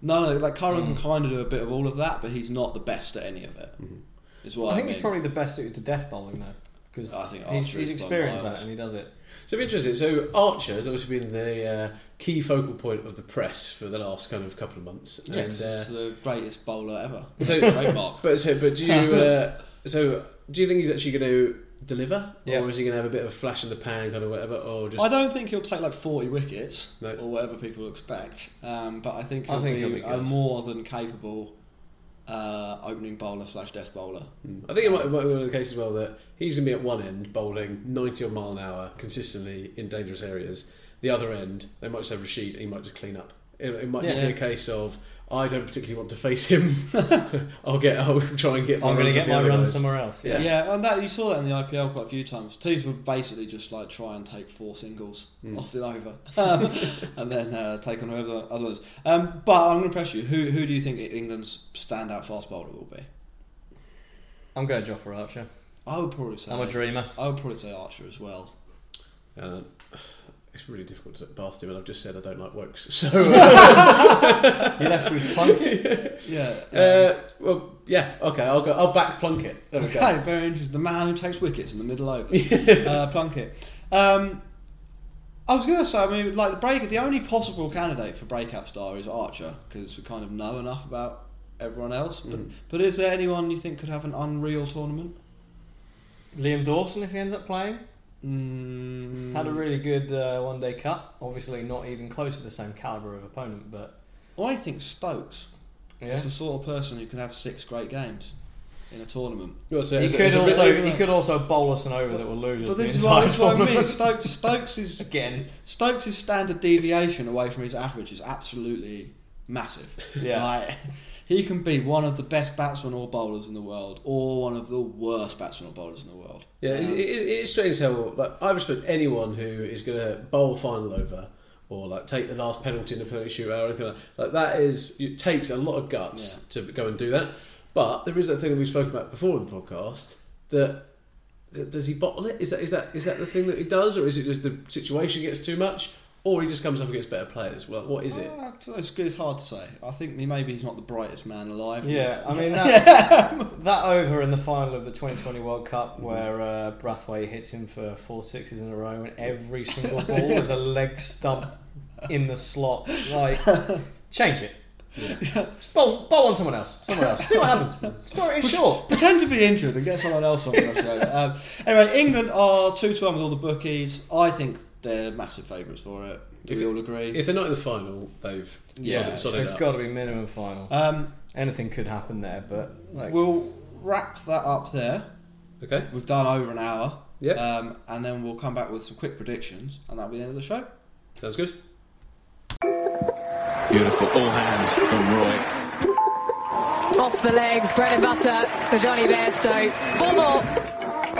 D: none of like Curran
E: Hmm.
D: can kind of do a bit of all of that, but he's not the best at any of it. Is what I,
F: I think
D: mean.
F: he's probably the best suited to death bowling, though. Because
D: I think
F: he's,
D: Archer is
F: he's
D: by
F: experienced that
D: miles.
F: and he does it.
E: so it'd be interesting. So Archer has obviously been the uh, key focal point of the press for the last kind of couple of months.
D: yeah,
E: And,
D: 'cause
E: uh,
D: he's the greatest bowler ever.
E: So-
D: trademark.
E: But so, but do you uh, so do you think he's actually going to deliver,
F: Yeah.
E: or is he going to have a bit of a flash in the pan, kind of whatever, or just
D: I don't think he'll take like 40 wickets
E: No.
D: or whatever people expect, um, but I think
F: I
D: he'll
F: think
D: be,
F: he'll be
D: a
F: good.
D: more than capable uh, opening bowler slash death bowler.
F: Hmm.
E: I think it might, might be one of the cases well that he's going to be at one end bowling 90 odd mile an hour consistently in dangerous areas. The other end, they might just have Rashid and he might just clean up. It, it might just
F: Yeah.
E: be a case of, I don't particularly want to face him. I'll get, I'll try and get my
F: I'm going
E: runs
F: to get
E: off the
F: my
E: other
F: run
E: guys.
F: somewhere else.
E: Yeah.
F: Yeah.
D: Yeah. and that you saw that in the IPL quite a few times. Teams would basically just like try and take four singles
F: Hmm.
D: off the over, um, and then uh, take on whoever the other ones. Um, but I'm going to press you. Who who do you think England's standout fast bowler will be?
F: I'm going Joffrey Archer.
D: I would probably say
F: I'm a dreamer.
D: I would probably say Archer as well.
E: Uh, it's really difficult to pass him, and I've just said I don't like Wokes. So,
F: You left with Plunkett.
D: Yeah.
E: uh, well, yeah, okay, I'll go. I'll back Plunkett. There we go.
D: Okay, very interesting. The man who takes wickets in the middle over, uh, Plunkett. Um, I was going to say, I mean, like the break, the only possible candidate for breakout star is Archer because we kind of know enough about everyone else. But,
F: Mm.
D: but is there anyone you think could have an unreal tournament?
F: Liam Dawson, if he ends up playing,
D: Mm,
F: had a really good uh, one day cut. Obviously, not even close to the same caliber of opponent, but
D: I think Stokes
F: yeah.
D: is the sort of person who can have six great games in a tournament.
E: Well, so
F: He
E: it's a-
F: could
E: it's a really-
F: also he could also bowl us an over that will lose
D: But
F: us the
D: this is what,
F: entire
D: this is what I mean.
F: tournament.
D: Stokes, Stokes is
F: Again,
D: Stokes' standard deviation away from his average is absolutely massive.
F: Yeah.
D: Like, he can be one of the best batsmen or bowlers in the world, or one of the worst batsmen or bowlers in the world. Um,
E: Yeah, it, it, it is strange how like I respect anyone who is going to bowl final over or like take the last penalty in the penalty shootout or anything like like that is it takes a lot of guts to go and do that. But there is that thing that we spoke about before in the podcast that. that- Does he bottle it? Is that is that is that the thing that he does, or is it just the situation gets too much, or he just comes up against better players? Well, what is it?
D: Ah, it's, it's- it's hard to say. I think he- maybe he's not the brightest man alive.
F: yeah. I mean that that over in the final of the 2020 World Cup where uh, Brathwaite hits him for four sixes in a row, and every single ball is a leg stump in the slot. Like, change it. Just bowl, bowl on someone else. Someone else. See what happens. Story is short.
D: Pretend to be injured and get someone else on the show. Um, anyway, England are 2 to 1 with all the bookies. I think they're massive favourites for it. Do
E: If
D: we
E: it-
D: all agree?
E: If they're not in the final, they've
D: Yeah,
E: yeah,
F: It's got to be minimum final.
D: um,
F: Anything could happen there, but like,
D: we'll wrap that up there.
E: Okay,
D: We've done over an hour.
E: Yep.
D: Um, and then we'll come back with some quick predictions, and that'll be the end of the show.
E: sounds good.
K: Beautiful. All hands from Roy.
L: Off the legs, bread and butter for Johnny Bairstow. Four more.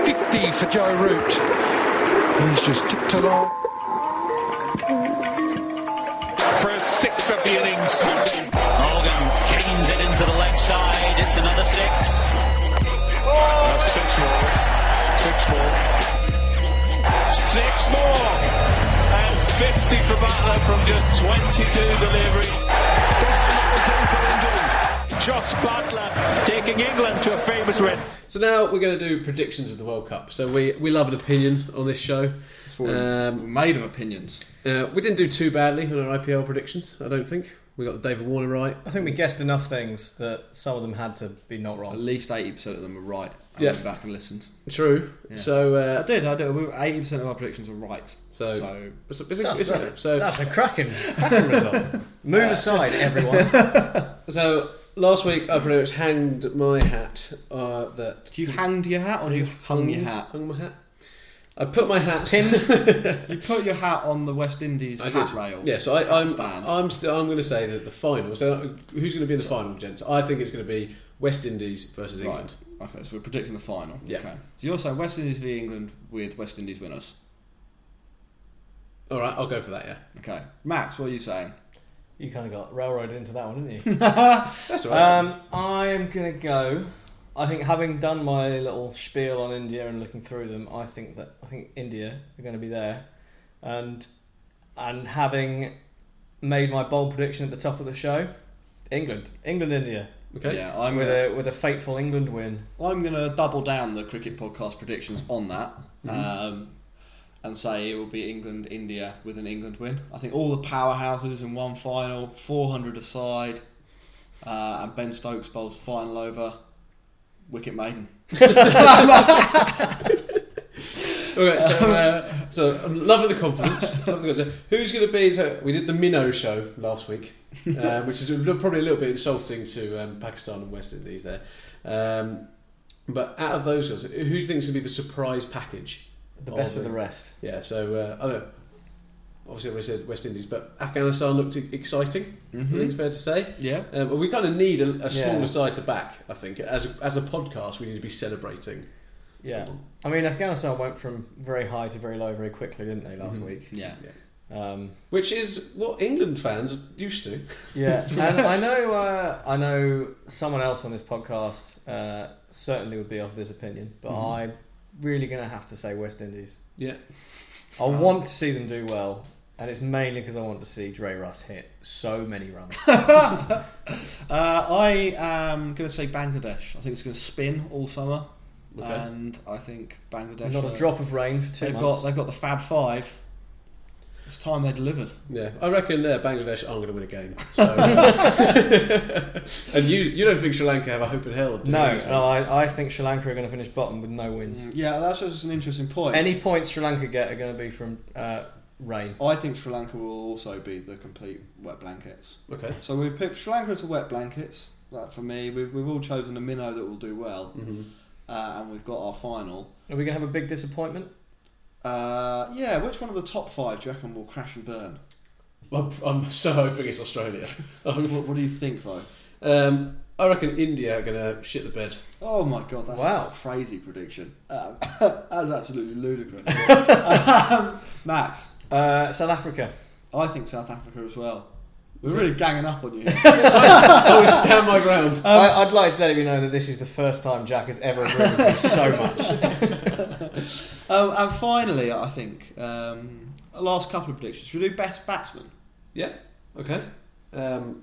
C: 50 for Joe Root. He's just ticked along.
A: For six of the innings.
K: Morgan canes it into the leg side. It's another six.
A: That's six more. Six more. Six more. And
K: 50 for Butler from just 22 delivery. Joss Butler taking England to a famous win.
E: So now we're going to do predictions of the World Cup. So we, we love an opinion on this show. Um,
D: what we- we're made of opinions.
E: Uh, we didn't do too badly on our IPL predictions, I don't think. We got the David Warner right.
F: I think we guessed enough things that some of them had to be not wrong.
D: At least 80% of them were right. I
E: Yeah.
D: went back and listened.
E: True.
D: Yeah.
E: So uh,
D: I did, I did. We were- 80% of our predictions were right.
E: So,
D: So-
E: it's a- it's a-
F: That's
E: it's a-
F: a-
E: so-
F: that's a cracking- cracking result. Move aside, everyone.
E: so last week I pretty much hanged my hat uh, that.
D: you hanged your hat or you hung your hat?
E: Hung my hat. I put my hat.
D: you put your hat on the West Indies
E: I
D: hat
E: did.
D: rail.
E: Yeah, so I, I'm,
D: stand.
E: I'm still. I'm going to say that the final. So who's going to be in the final, gents? I think it's going to be West Indies versus England.
D: Okay, so we're predicting the final.
E: Yeah.
D: Okay. So you're saying West Indies v England with West Indies winners.
E: All right, I'll go for that. Yeah,
D: Okay. Max, what are you saying?
F: You kind of got railroaded into that one, didn't you?
E: That's all right.
F: Um, I am going to go. I think having done my little spiel on India and looking through them, I think that I think India are going to be there, and and having made my bold prediction at the top of the show, England, England, India,
E: okay.
D: Yeah, I'm
F: with
D: gonna,
F: a with a fateful England win.
D: I'm going to double down the cricket podcast predictions on that.
F: Mm-hmm.
D: Um, and say it will be England India with an England win. I think all the powerhouses in one final, 400 aside, uh, and Ben Stokes bowls final over, wicket maiden.
E: Okay, so, uh, so love of the confidence. Love of the confidence. Who's going to be? So we did the Minnow show last week, uh, which is a little- probably a little bit insulting to um, Pakistan and West Indies there. Um, but out of those guys, who do you think's going to be the surprise package?
F: The best of the rest.
E: Yeah. So uh, I don't. know. Obviously, I already said West Indies, but Afghanistan looked e-, exciting. I think it's fair to say.
D: Yeah.
E: Um, but we kind of need a, a smaller
F: Yeah.
E: side to back. I think as a, as a podcast, we need to be celebrating.
F: Yeah, I mean Afghanistan went from very high to very low very quickly, didn't they last week?
D: Yeah.
F: Um,
E: Which is what England fans used to.
F: Yeah, and I know, uh, I know someone else on this podcast uh, certainly would be of this opinion, but
D: Mm-hmm.
F: I'm really going to have to say West Indies.
E: Yeah.
F: I
D: Oh.
F: want to see them do well, and it's mainly because I want to see Dre Russ hit so many runs.
D: Uh, I am going to say Bangladesh. I think it's going to spin all summer,
E: Okay.
D: and I think Bangladesh.
F: Not
D: are-
F: a drop of rain for 2
D: They've
F: months.
D: got they've got the Fab Five. It's time they delivered.
E: Yeah, I reckon uh, Bangladesh aren't going to win a game. So, uh, and you you don't think Sri Lanka have a hope in hell of doing
F: no,
E: anything?
F: no I, I think Sri Lanka are going to finish bottom with no wins.
D: Yeah, that's just an interesting point.
F: Any points Sri Lanka get are going to be from uh, rain.
D: I think Sri Lanka will also be the complete wet blankets.
E: Okay.
D: So we've picked Sri Lanka to wet blankets. That for me, we've we've all chosen a minnow that will do well, uh, and we've got our final.
F: Are we going to have a big disappointment?
D: Uh, yeah, which one of the top five do you reckon will crash and burn?
E: I'm, I'm so hoping it's Australia.
D: What, what do you think though?
E: um, I reckon India are going to shit the bed.
D: Oh my god, that's
F: Wow.
D: a crazy prediction. Um, that's absolutely ludicrous. um, Max,
F: Uh, South Africa.
D: I think South Africa as well. We're really ganging up on you.
E: I would stand my ground.
D: Um,
F: I, I'd like to let you know that this is the first time Jack has ever agreed with me so much.
D: um, and finally, I think um, a last couple of predictions. Should we do best batsman?
E: Yeah. Okay. Um,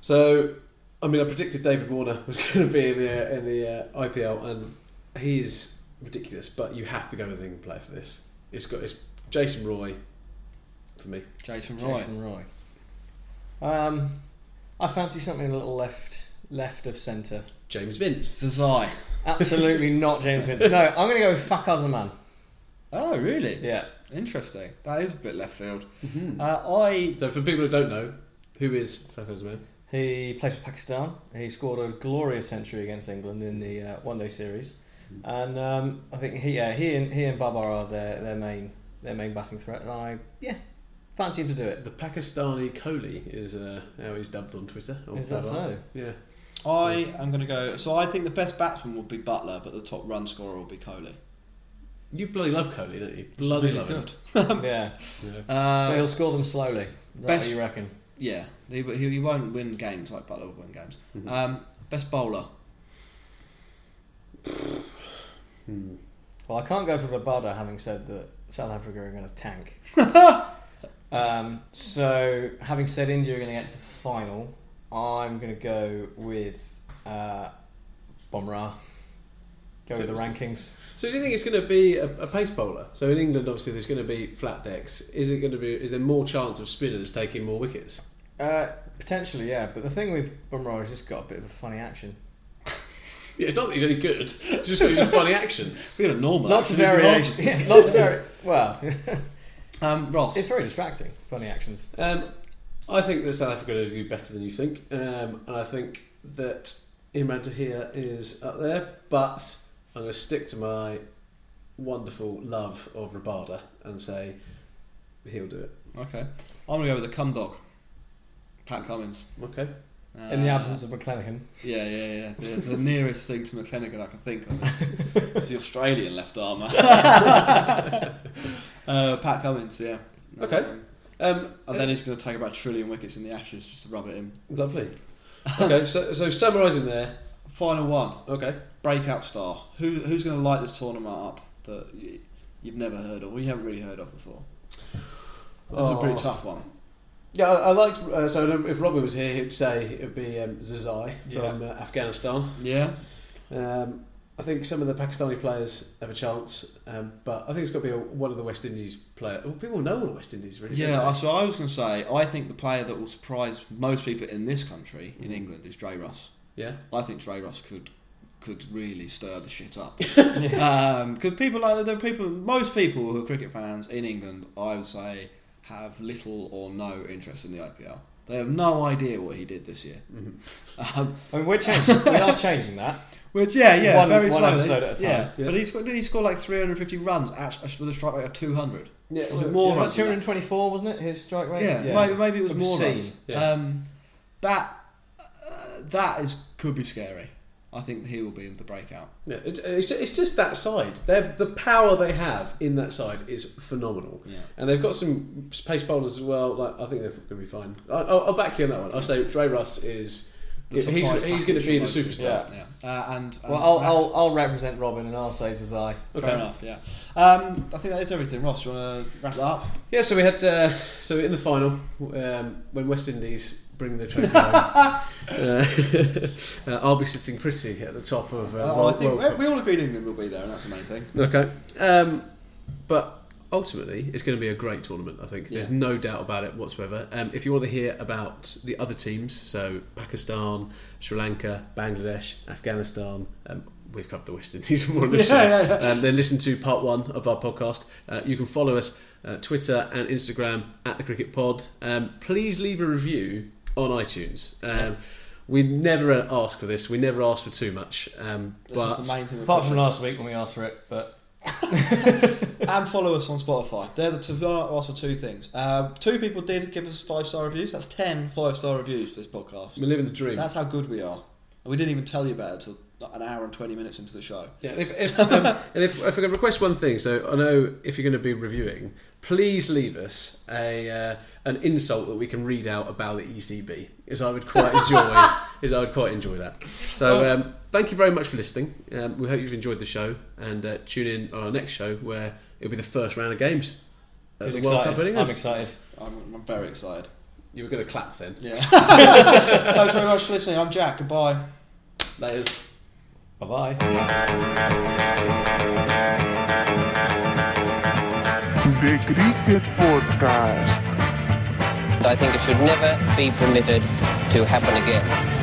E: so, I mean, I predicted David Warner was going to be in the in the uh, IPL, and he's ridiculous. But you have to go with an England player for this. It's got it's Jason Roy for me.
D: Jason Roy.
F: Jason Roy. Um, I fancy something a little left left of centre.
E: James Vince.
D: Zazai.
F: Absolutely not James Vince. No, I'm going to go with Fak Azaman.
D: Oh, really?
F: Yeah. Mm-hmm.
D: Interesting. That is a bit left field. Uh, I
E: So for people who don't know, who is Fakos Man?
F: He plays for Pakistan. He scored a glorious century against England in the uh, one day series. And um, I think he, yeah, he and he and Babar are their, their main their main batting threat. And I yeah, fancy him to do it.
E: The Pakistani Kohli is uh, how he's dubbed on Twitter. or
F: Is that
E: whatever.
F: so?
E: Yeah.
D: I am going to go. So I think the best batsman will be Butler, but the top run scorer will be Coley.
E: You bloody love Kohli, don't you? Bloody
D: Really
E: love him.
D: good.
F: yeah,
D: Um,
F: but he'll score them slowly. Is that
D: best-
F: what you reckon?
D: Yeah, he, he, he won't win games like Butler will win games.
F: Mm-hmm.
D: Um, best bowler.
F: Well, I can't go for Babada having said that South Africa are going to tank. Um, so, having said India are going to get to the final, I'm going to go with uh, Bomrah. Go with the rankings.
E: So do you think it's going to be a, a pace bowler? So in England, obviously, there's going to be flat decks. Is it going to be? Is there more chance of spinners taking more wickets?
F: Uh, potentially, yeah. But the thing with Bumrah is just got a bit of a funny action.
E: Yeah, it's not that he's any good. It's just that he's a funny action.
D: Being a normal
F: Lots of
D: action, it'd be
F: variations.
D: hard to-
F: Yeah, lots of vari- Well,
D: um, Ross.
F: It's very distracting. Funny actions.
E: Um, I think that South Africa are going to do better than you think, um, and I think that Imran Tahir is up there. But I'm going to stick to my wonderful love of Rabada and say he'll do it.
D: Okay. I'm gonna go with the cum dog. Pat Cummins. Uh,
E: Okay.
F: In the absence of McClenaghan.
D: Yeah, yeah, yeah. The, the nearest thing to McClenaghan I can think of is, is the Australian left armour. uh, Pat Cummins, yeah.
E: Okay. Um,
D: and then he's going to take about a trillion wickets in the Ashes just to rub it in.
E: Lovely. Okay, so, so summarising there.
D: Final one.
E: Okay.
D: Breakout star. Who Who's going to light this tournament up that you, you've never heard of or you haven't really heard of before? That's a pretty
E: Oh.
D: tough one.
E: Yeah, I, I liked. Uh, so if Robin was here, he'd say it'd be um, Zazai from uh, Afghanistan.
D: Yeah.
E: Um, I think some of the Pakistani players have a chance, um, but I think it's got to be a, one of the West Indies player. Well, people know all the West Indies, really. don't
D: Yeah,
E: they?
D: I- so I was going to say, I think the player that will surprise most people in this country,
E: Mm.
D: in England, is Dre Russ.
E: Yeah.
D: I think Dre Russ could could really stir the shit up. Because people like there are people, most people who are cricket fans in England, I would say, have little or no interest in the IPL. They have no idea what he did this year. Um,
F: I mean, we're changing. we are changing that.
D: Which, yeah, yeah,
F: One-
D: very
F: one
D: slowly.
F: episode at a time.
D: Yeah.
F: Yeah.
D: but he scored, did he score like 350 runs at, with a strike rate of 200?
F: Yeah,
D: was it more?
F: About
D: runs than that?
F: 224, wasn't it? His strike rate.
D: Yeah, Maybe, maybe it was more
F: Obscene.
D: runs. Um, that uh, that is could be scary. I think he will be in the breakout.
E: Yeah, it, it's, ju- it's just that side. They're, the power they have in that side is phenomenal.
D: Yeah.
E: And they've got some pace bowlers as well. Like I think they're going to be fine. I, I'll, I'll back you on that one. I say Dre Russ is.
D: The
E: he's
D: surprise
E: he's going
D: package
E: to be the
D: most of
E: superstar.
D: them. Yeah. Uh, and, and
F: Well, I'll,
D: Max-
F: I'll, I'll represent Robin and I'll say Zazai.
D: fair enough. Yeah, um, I think that is everything. Ross, do you want to wrap that up?
E: Yeah, so we had uh, so in the final um, when West Indies bring the trophy home, uh, uh, I'll be sitting pretty at the top of. Uh,
D: Uh,
E: World-
D: I think
E: World
D: we, we all agreed England will be there, and that's the main thing.
E: Okay. Um, but ultimately, it's going to be a great tournament, I think. There's
D: Yeah.
E: no doubt about it whatsoever. Um, if you want to hear about the other teams, so Pakistan, Sri Lanka, Bangladesh, Afghanistan, um, we've covered the West Indies more on this
D: Yeah,
E: show.
D: yeah, yeah.
E: Um, then listen to part one of our podcast. Uh, you can follow us uh, Twitter and Instagram at the Cricket Pod. Um, please leave a review on iTunes. Um, we never ask for this. We never ask for too much. Um, but
F: apart from last week when we asked for it, but
D: and follow us on Spotify. They're the two, also two things. Uh, two people did give us five star reviews. That's ten five star reviews for this podcast.
E: We're living the dream.
D: That's how good we are. And we didn't even tell you about it until like an hour and twenty minutes into the show.
E: Yeah, and if, if, um, and if, if I could request one thing, so I know if you're going to be reviewing, please leave us a uh, an insult that we can read out about the E ECB, as I would quite enjoy. is I would quite enjoy that. So um, thank you very much for listening. Um, we hope you've enjoyed the show, and uh, tune in on our next show where it'll be the first round of games. at
F: who's
E: the World Cup in
F: excited?
E: England.
F: I'm excited.
D: I'm, I'm very excited.
E: You were going to clap then.
D: Yeah. Thanks very much for listening. I'm Jack. Goodbye.
E: That is.
F: Bye bye.
M: The Cricket Podcast.
B: I think it should never be permitted to happen again.